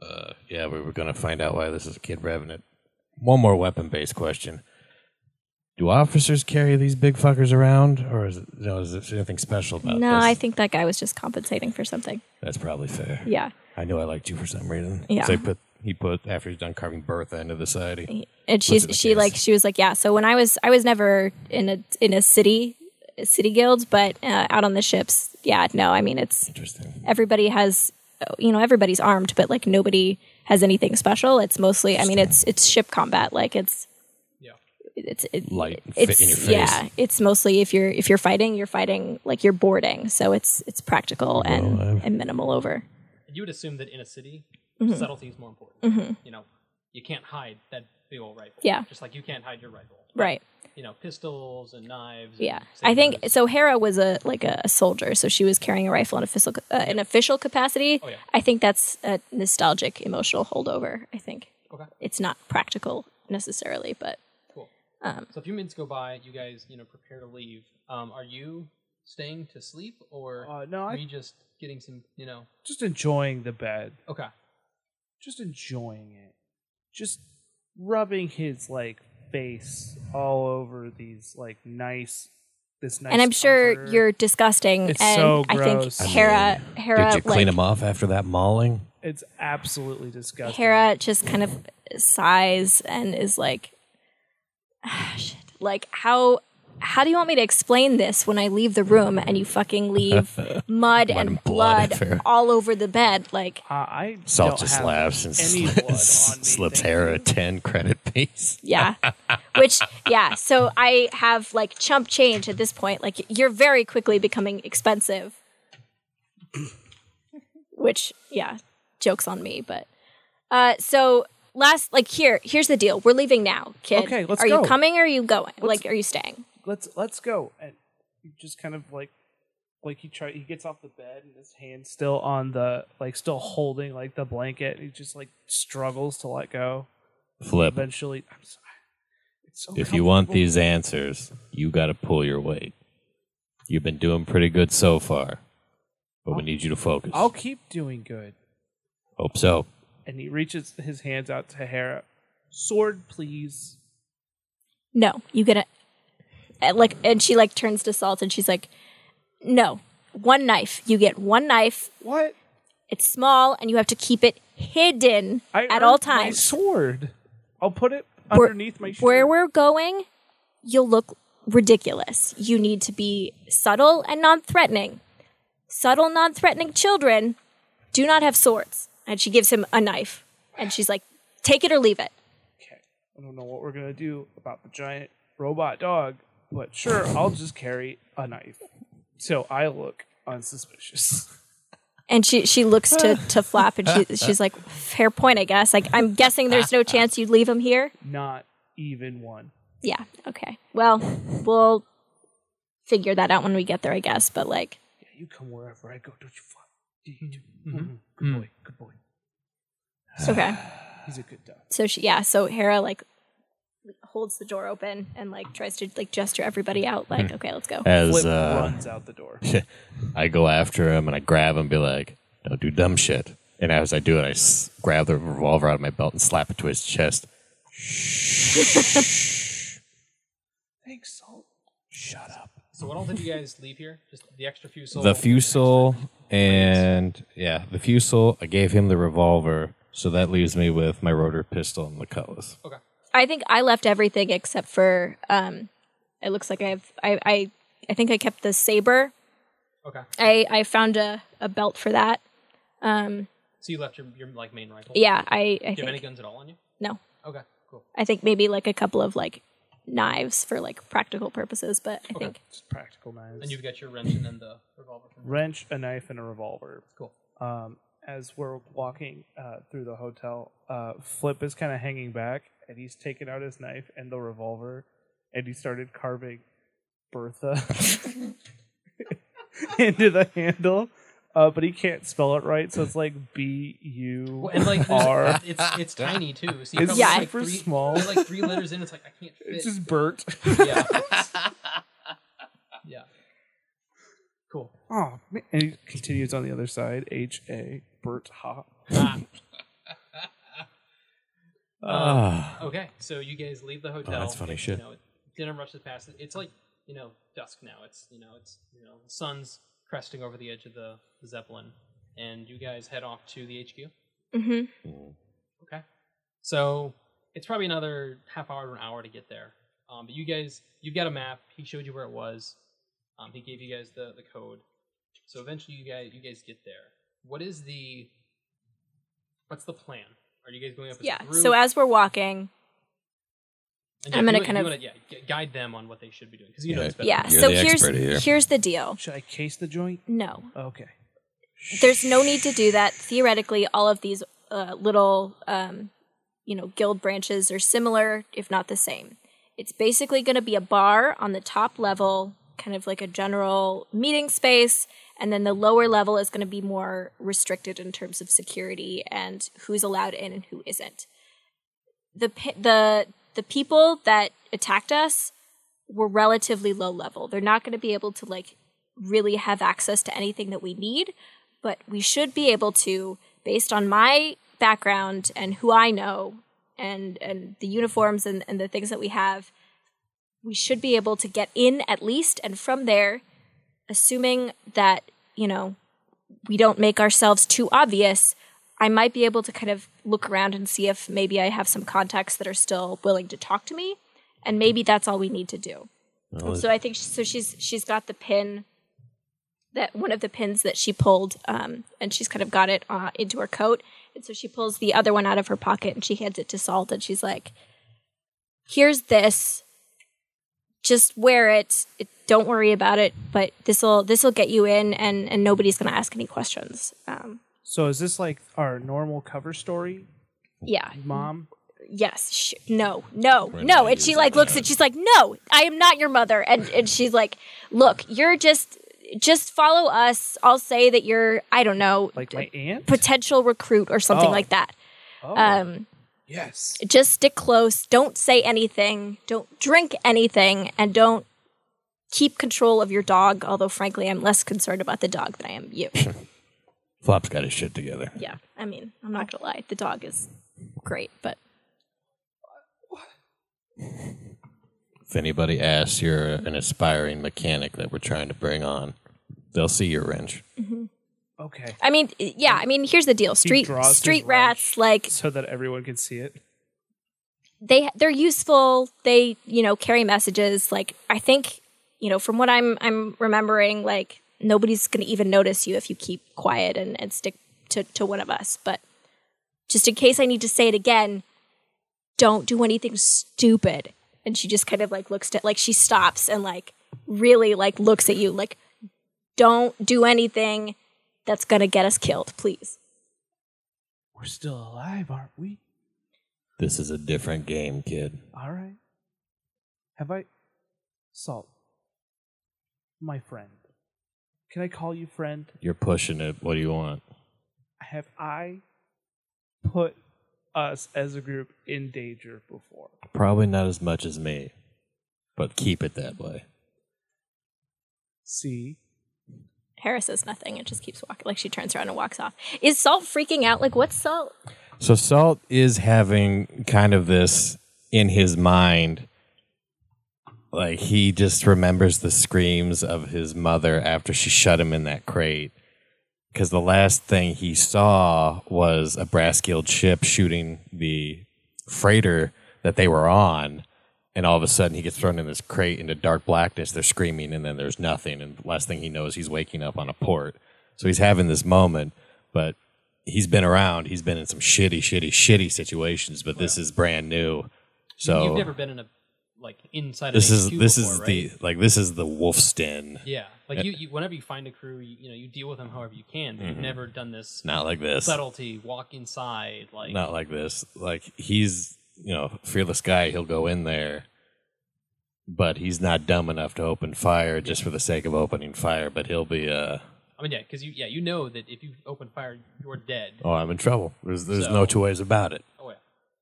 Speaker 4: uh, yeah, we were going to find out why this is a kid revenant. One more weapon based question. Do officers carry these big fuckers around, or is, it, you know, is there anything special about
Speaker 3: no,
Speaker 4: this?
Speaker 3: I think that guy was just compensating for something.
Speaker 4: That's probably fair.
Speaker 3: Yeah,
Speaker 4: I knew I liked you for some reason.
Speaker 3: Yeah.
Speaker 4: So he put, he put, after he's done carving Bertha into the side, he
Speaker 3: and she's
Speaker 4: it the
Speaker 3: she
Speaker 4: case?
Speaker 3: like she was like yeah. So when I was I was never in a in a city city guilds, but uh, out on the ships, yeah. No, I mean it's
Speaker 4: Interesting.
Speaker 3: everybody has you know everybody's armed, but like nobody has anything special. It's mostly I mean it's it's ship combat. Like it's
Speaker 1: yeah.
Speaker 3: it's it,
Speaker 4: Light and fit
Speaker 3: it's
Speaker 4: in your face.
Speaker 3: yeah it's mostly if you're if you're fighting you're fighting like you're boarding so it's it's practical and
Speaker 4: Well, I've-
Speaker 3: and minimal over
Speaker 1: You would assume that in a city,
Speaker 3: Mm-hmm.
Speaker 1: subtlety is more important. You know, you can't hide that big old rifle.
Speaker 3: Yeah.
Speaker 1: Just like you can't hide your rifle.
Speaker 3: right
Speaker 1: You know, pistols and knives. and
Speaker 3: yeah i think
Speaker 1: sabers.
Speaker 3: so hera was a like a, a soldier so she was carrying a rifle in official ca- uh, in official capacity
Speaker 1: Oh, yeah.
Speaker 3: i think that's a nostalgic emotional holdover i think
Speaker 1: Okay.
Speaker 3: it's not practical necessarily but
Speaker 1: Cool.
Speaker 3: um
Speaker 1: so a few minutes go by. You guys, you know, prepare to leave. Um, are you staying to sleep or
Speaker 2: Uh, no,
Speaker 1: are
Speaker 2: I
Speaker 1: you just getting some, you know?
Speaker 2: just enjoying the bed.
Speaker 1: Okay.
Speaker 2: Just enjoying it. Just rubbing his like face all over these like nice this nice.
Speaker 3: and I'm sure
Speaker 2: comforter.
Speaker 3: you're disgusting.
Speaker 2: It's
Speaker 3: and
Speaker 2: so
Speaker 3: I think
Speaker 2: gross. I mean,
Speaker 3: Hera, Hera,
Speaker 4: Did you clean
Speaker 3: like,
Speaker 4: them off after that mauling?
Speaker 2: It's absolutely disgusting.
Speaker 3: Hera just kind of sighs and is like, "Ah, shit. like how how do you want me to explain this when I leave the room and you fucking leave mud and
Speaker 4: and blood
Speaker 3: blood
Speaker 4: everywhere.
Speaker 3: all over the bed? Like,
Speaker 2: Uh, I
Speaker 4: Salt
Speaker 2: don't
Speaker 4: just
Speaker 2: have
Speaker 4: laughs and
Speaker 2: any
Speaker 4: sli-
Speaker 2: blood on me,
Speaker 4: slips
Speaker 2: thank
Speaker 4: Hera a
Speaker 2: you.
Speaker 4: 10 credit piece.
Speaker 3: yeah, which yeah. So I have like chump change at this point. Like you're very quickly becoming expensive, which yeah, jokes on me. But uh, so last like here here's the deal. We're leaving now, kid.
Speaker 2: Okay, let's
Speaker 3: Are
Speaker 2: go.
Speaker 3: you coming or are you going?
Speaker 2: Let's-
Speaker 3: like, are you staying?
Speaker 2: Let's let's go. And he just kind of like like he try he gets off the bed and his hand's still on the like still holding like the blanket. He just like struggles to let go.
Speaker 4: Flip.
Speaker 2: Eventually, I'm sorry. It's so
Speaker 4: If you want
Speaker 2: comfortable.
Speaker 4: these answers, you got to pull your weight. You've been doing pretty good so far, but
Speaker 2: Oh.
Speaker 4: we need you to focus.
Speaker 2: I'll keep doing good.
Speaker 4: Hope so.
Speaker 2: And he reaches his hands out to Hera. Sword, please.
Speaker 3: No, you get a and, like, and she like turns to Salt and she's like, no, one knife. You get one knife.
Speaker 2: What?
Speaker 3: It's small and you have to keep it hidden
Speaker 2: I
Speaker 3: at all
Speaker 2: earned my
Speaker 3: times.
Speaker 2: sword. I'll put it
Speaker 3: Where-
Speaker 2: underneath my shirt.
Speaker 3: Where we're going, you'll look ridiculous. You need to be subtle and non-threatening. Subtle, non-threatening children do not have swords. And she gives him a knife, and she's like, take it or leave it.
Speaker 2: okay. I don't know what we're gonna do about the giant robot dog, but sure, I'll just carry a knife. So I look unsuspicious.
Speaker 3: And she she looks to to Flap, and she, she's like, fair point, I guess. Like I'm guessing there's no chance you'd leave him here.
Speaker 2: Not even one.
Speaker 3: Yeah. Okay. Well, we'll figure that out when we get there, I guess. But like,
Speaker 2: Yeah, you come wherever I go, don't you fuck. Do you do? Mhm. Good boy, good boy.
Speaker 3: okay.
Speaker 2: He's a good dog.
Speaker 3: So she, yeah. So Hera like holds the door open and like tries to like gesture everybody out.
Speaker 4: Hmm.
Speaker 3: Like, okay, let's go.
Speaker 4: As
Speaker 2: Flip
Speaker 4: uh,
Speaker 2: runs out the door.
Speaker 4: I go after him and I grab him and be like, don't do dumb shit. And as I do it, I s- grab the revolver out of my belt and slap it to his chest.
Speaker 2: Thanks, Salt.
Speaker 4: Shut up.
Speaker 1: So what all did you guys leave here? Just the extra few souls.
Speaker 4: The fusil and yeah, the fusil. I gave him the revolver, so that leaves me with my rotor pistol and the cutlass.
Speaker 1: Okay.
Speaker 3: I think I left everything except for um, it looks like I have I I I think I kept the saber.
Speaker 1: Okay.
Speaker 3: I I found a a belt for that. Um,
Speaker 1: So you left your, your like main rifle.
Speaker 3: yeah. I I
Speaker 1: Do you have any
Speaker 3: think
Speaker 1: guns at all on you?
Speaker 3: no.
Speaker 1: Okay. Cool.
Speaker 3: I think maybe like a couple of like knives for like practical purposes, but I think
Speaker 2: Just practical knives.
Speaker 1: And you've got your wrench and then the revolver. From
Speaker 2: wrench, a knife, and a revolver.
Speaker 1: Cool.
Speaker 2: Um, as we're walking uh, through the hotel, uh, Flip is kind of hanging back, and he's taken out his knife and the revolver, and he started carving Bertha into the handle. Uh, but he can't spell it right, so it's like B U
Speaker 1: Well, and like there's-
Speaker 2: R.
Speaker 1: it's it's tiny too. So you
Speaker 2: It's
Speaker 1: probably have,
Speaker 2: super
Speaker 1: like three,
Speaker 2: small.
Speaker 1: There's like three letters in. It's like I can't fit.
Speaker 2: It's just Bert.
Speaker 1: Yeah. yeah. Cool.
Speaker 2: Oh, man. and he continues on the other side. H A Bert Ha.
Speaker 1: Ah,
Speaker 4: Ah,
Speaker 1: okay, so you guys leave the hotel.
Speaker 4: Oh, that's funny
Speaker 1: It's,
Speaker 4: shit.
Speaker 1: You know, it- dinner rushes past. It's like you know dusk now. It's you know it's you know the sun's cresting over the edge of the, the zeppelin, and you guys head off to the HQ.
Speaker 3: hmm
Speaker 1: Okay. So it's probably another half hour to an hour to get there. Um, but you guys, you've got a map. He showed you where it was. Um, he gave you guys the, the code. So eventually, you guys you guys get there. What is the what's the plan? Are you guys going up as
Speaker 3: yeah.
Speaker 1: a group?
Speaker 3: So as we're walking,
Speaker 1: And
Speaker 3: I'm gonna
Speaker 1: you-
Speaker 3: kind
Speaker 1: you
Speaker 3: of-
Speaker 1: wanna, yeah, gu- guide them on what they should be doing because you know
Speaker 4: Yeah.
Speaker 1: this better.
Speaker 3: yeah.
Speaker 4: You're
Speaker 3: So
Speaker 4: the
Speaker 3: here's
Speaker 4: expert here.
Speaker 3: here's the deal.
Speaker 2: Should I case the joint?
Speaker 3: No,
Speaker 2: Okay.
Speaker 3: there's no need to do that. Theoretically, all of these uh, little, um, you know, guild branches are similar, if not the same. It's basically going to be a bar on the top level, kind of like a general meeting space, and then the lower level is going to be more restricted in terms of security and who's allowed in and who isn't. The pi- the the people that attacked us were relatively low level. They're not going to be able to like really have access to anything that we need, but we should be able to, based on my background and who I know and and the uniforms and, and the things that we have, we should be able to get in at least, and from there, assuming that, you know, we don't make ourselves too obvious, I might be able to kind of look around and see if maybe I have some contacts that are still willing to talk to me. And maybe that's all we need to do.
Speaker 4: Well,
Speaker 3: So I think she, so. She's she's got the pin that one of the pins that she pulled, um, and she's kind of got it uh, into her coat. And so she pulls the other one out of her pocket and she hands it to Salt, and she's like, "Here's this. Just wear it. it don't worry about it. But this'll this'll get you in, and and nobody's gonna ask any questions." Um,
Speaker 2: So is this like our normal cover story,
Speaker 3: yeah.
Speaker 2: mom?
Speaker 1: Mm-hmm.
Speaker 3: Yes. Sh- no. No.
Speaker 4: Right,
Speaker 3: no.
Speaker 4: I
Speaker 3: And
Speaker 4: use
Speaker 3: she
Speaker 4: that
Speaker 3: like looks
Speaker 4: word.
Speaker 3: at. She's like, "No, I am not your mother." And and she's like, "Look, you're just just follow us. I'll say that you're I don't know
Speaker 2: Like my aunt?
Speaker 3: potential recruit or something
Speaker 2: Oh.
Speaker 3: like that.
Speaker 2: Oh,
Speaker 1: uh,
Speaker 3: Um,
Speaker 2: yes.
Speaker 3: just stick close. Don't say anything. Don't drink anything, and don't keep control of your dog. Although frankly, I'm less concerned about the dog than I am you.
Speaker 4: Flop's got his shit together.
Speaker 3: yeah. I mean, I'm not gonna lie. The dog is great, but
Speaker 4: If anybody asks, you're an aspiring mechanic that we're trying to bring on. They'll see your wrench.
Speaker 2: Okay.
Speaker 3: I mean, yeah. I mean, here's the deal. Street
Speaker 2: draws his
Speaker 3: street
Speaker 2: wrench.
Speaker 3: rats like
Speaker 2: So that everyone can see it.
Speaker 3: they they're useful. They you know carry messages. Like I think you know from what I'm I'm remembering, like nobody's gonna even notice you if you keep quiet and and stick to to one of us. But just in case I need to say it again, don't do anything stupid. And she just kind of like looks at like she stops and like really like looks at you like don't do anything that's gonna get us killed, please.
Speaker 2: We're still alive, aren't we?
Speaker 4: This is a different game, kid.
Speaker 2: All right. Have I. Salt. My friend. Can I call you friend?
Speaker 4: You're pushing it. What do you want?
Speaker 2: Have I put us as a group in danger before?
Speaker 4: Probably not as much as me, but keep it that way.
Speaker 2: See?
Speaker 3: Hera says nothing and just keeps walking. Like she turns around and walks off. Is Salt freaking out? Like what's Salt?
Speaker 4: So Salt is having kind of this in his mind. Like he just remembers the screams of his mother after she shut him in that crate. Because the last thing he saw was a Brassfield ship shooting the freighter that they were on. And all of a sudden, he gets thrown in this crate into dark blackness. They're screaming, and then there's nothing. And the last thing he knows, he's waking up on a port. So he's having this moment, but he's been around. He's been in some shitty, shitty, shitty situations, but this is brand new. So
Speaker 1: You've never been in a like inside.
Speaker 4: this
Speaker 1: an
Speaker 4: is
Speaker 1: HQ
Speaker 4: this
Speaker 1: before,
Speaker 4: is
Speaker 1: right?
Speaker 4: the like this is the wolf's den.
Speaker 1: yeah. Like you, you, whenever you find a crew, you, you know you deal with them however you can. But
Speaker 4: Mm-hmm.
Speaker 1: You've never done this
Speaker 4: Not like this.
Speaker 1: subtlety. Walk inside, like
Speaker 4: Not like this. Like he's you know fearless guy. He'll go in there, but he's not dumb enough to open fire just for the sake of opening fire. But he'll be uh
Speaker 1: I mean, yeah, because you, yeah, you know that if you open fire, you're dead.
Speaker 4: oh I'm in trouble. There's there's
Speaker 1: So-
Speaker 4: no two ways about it.
Speaker 1: Oh yeah.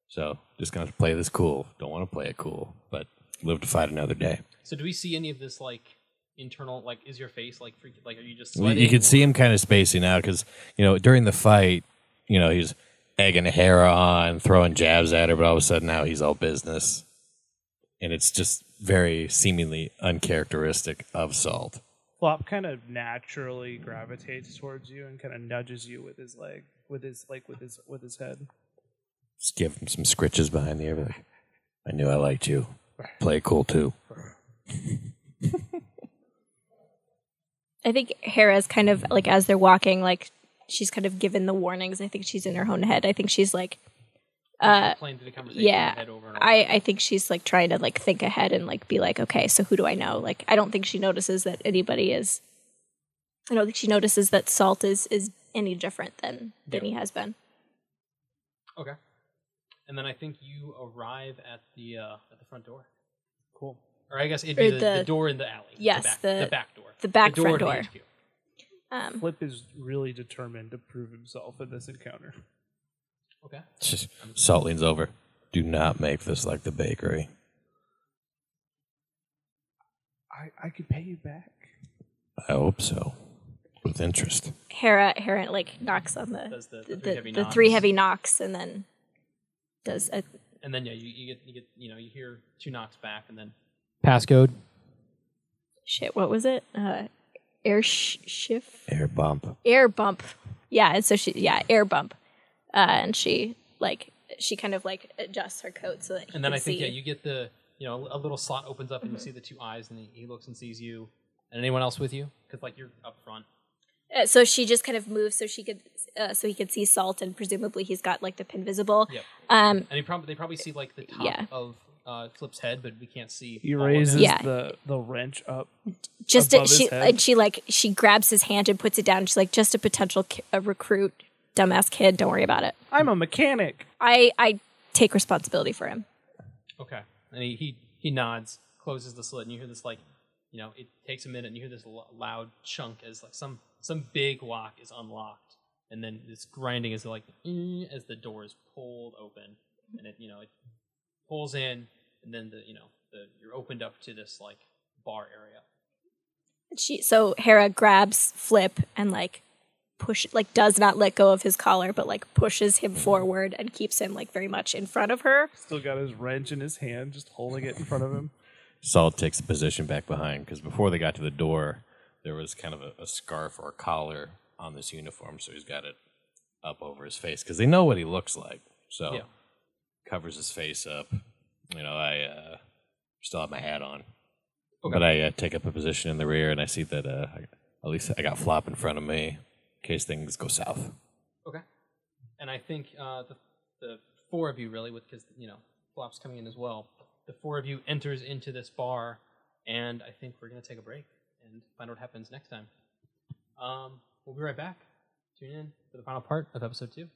Speaker 4: So just gonna play this cool. Don't want to play it cool, but live to fight another day.
Speaker 1: So do we see any of this like internal? Like, is your face like freaking? Like, are you just
Speaker 4: Well,
Speaker 1: sweating?
Speaker 4: You could see him kind of spacing out because you know during the fight, you know he's egging Hera on, throwing jabs at her, but all of a sudden now he's all business, and it's just very seemingly uncharacteristic of Salt.
Speaker 2: Flop kind of naturally gravitates towards you and kind of nudges you with his leg, with his like with his with his head.
Speaker 4: Just give him some scritches behind the ear. be Like, I knew I liked you. Play it cool too.
Speaker 3: I think Hera's kind of like as they're walking, like she's kind of given the warnings. I think she's in her own head. I think she's like, uh,
Speaker 1: playing through the conversation.
Speaker 3: yeah.
Speaker 1: Head over and over.
Speaker 3: I I think she's like trying to like think ahead and like be like, okay, so who do I know? Like, I don't think she notices that anybody is. I don't think she notices that Salt is is any different than than he has been.
Speaker 1: Okay. And then I think you arrive at the uh, at the front door,
Speaker 2: Cool.
Speaker 1: or I guess it'd be
Speaker 3: Or
Speaker 1: the, the
Speaker 3: the-
Speaker 1: door in the alley.
Speaker 3: Yes,
Speaker 1: the back,
Speaker 3: the-
Speaker 1: back door.
Speaker 3: the back
Speaker 1: the door
Speaker 3: front
Speaker 1: to HQ.
Speaker 3: door. Um,
Speaker 2: Flip is really determined to prove himself in this encounter.
Speaker 1: Okay.
Speaker 4: Just- Salt leans over. Do not make this like the bakery.
Speaker 2: I I could pay you back.
Speaker 4: I hope so. With interest.
Speaker 3: Hera Hera like knocks on the
Speaker 1: Does the,
Speaker 3: the,
Speaker 1: the three heavy knocks.
Speaker 3: three heavy knocks and then does a
Speaker 1: And then yeah, you, you get you get you know you hear two knocks back, and then Passcode.
Speaker 3: Shit, what was it? Uh, air sh- shift?
Speaker 4: Air bump.
Speaker 3: Air bump. Yeah, and so she, yeah, air bump. Uh, and she, like, she kind of like adjusts her coat so that he
Speaker 1: And then
Speaker 3: can
Speaker 1: I think
Speaker 3: see.
Speaker 1: yeah, you get the you know a little slot opens up and you see the two eyes and he, he looks and sees you and anyone else with you because like you're up front.
Speaker 3: Uh, so she just kind of moves so she could, uh, so he could see Salt, and presumably he's got like the pin visible.
Speaker 1: Yep.
Speaker 3: Um,
Speaker 1: And he probably they probably see like the top
Speaker 3: Yeah.
Speaker 1: of uh, Flip's head, but we can't see.
Speaker 2: He
Speaker 1: all of
Speaker 2: raises
Speaker 1: him.
Speaker 3: Yeah.
Speaker 2: the the wrench up.
Speaker 3: just
Speaker 2: Above
Speaker 3: a,
Speaker 2: his
Speaker 3: she
Speaker 2: head.
Speaker 3: and she like she grabs his hand and puts it down. She's like, just a potential ki- a recruit, dumbass kid. Don't worry about it.
Speaker 2: I'm a mechanic.
Speaker 3: I I take responsibility for him.
Speaker 1: Okay. And he, he he nods, closes the slit, and you hear this like, you know, it takes a minute, and you hear this l- loud chunk as like some some big lock is unlocked, and then this grinding is like "Mm," as the door is pulled open, and it you know it pulls in, and then the you know the you're opened up to this like bar area.
Speaker 3: She so Hera grabs Flip and like push like does not let go of his collar, but like pushes him forward and keeps him like very much in front of her.
Speaker 2: Still got his wrench in his hand, just holding it in front of him.
Speaker 4: Salt takes a position back behind because before they got to the door, there was kind of a, a scarf or collar on this uniform, so he's got it up over his face because they know what he looks like. So
Speaker 1: Yeah.
Speaker 4: covers his face up. You know, I uh, still have my hat on,
Speaker 1: Okay.
Speaker 4: but I uh, take up a position in the rear, and I see that uh, I- at least I got flop in front of me in case things go south.
Speaker 1: Okay. And I think uh, the the four of you really, because you know Flop's coming in as well. The four of you enters into this bar, and I think we're gonna take a break and find out what happens next time. Um, we'll be right back. Tune in for the final part of episode two.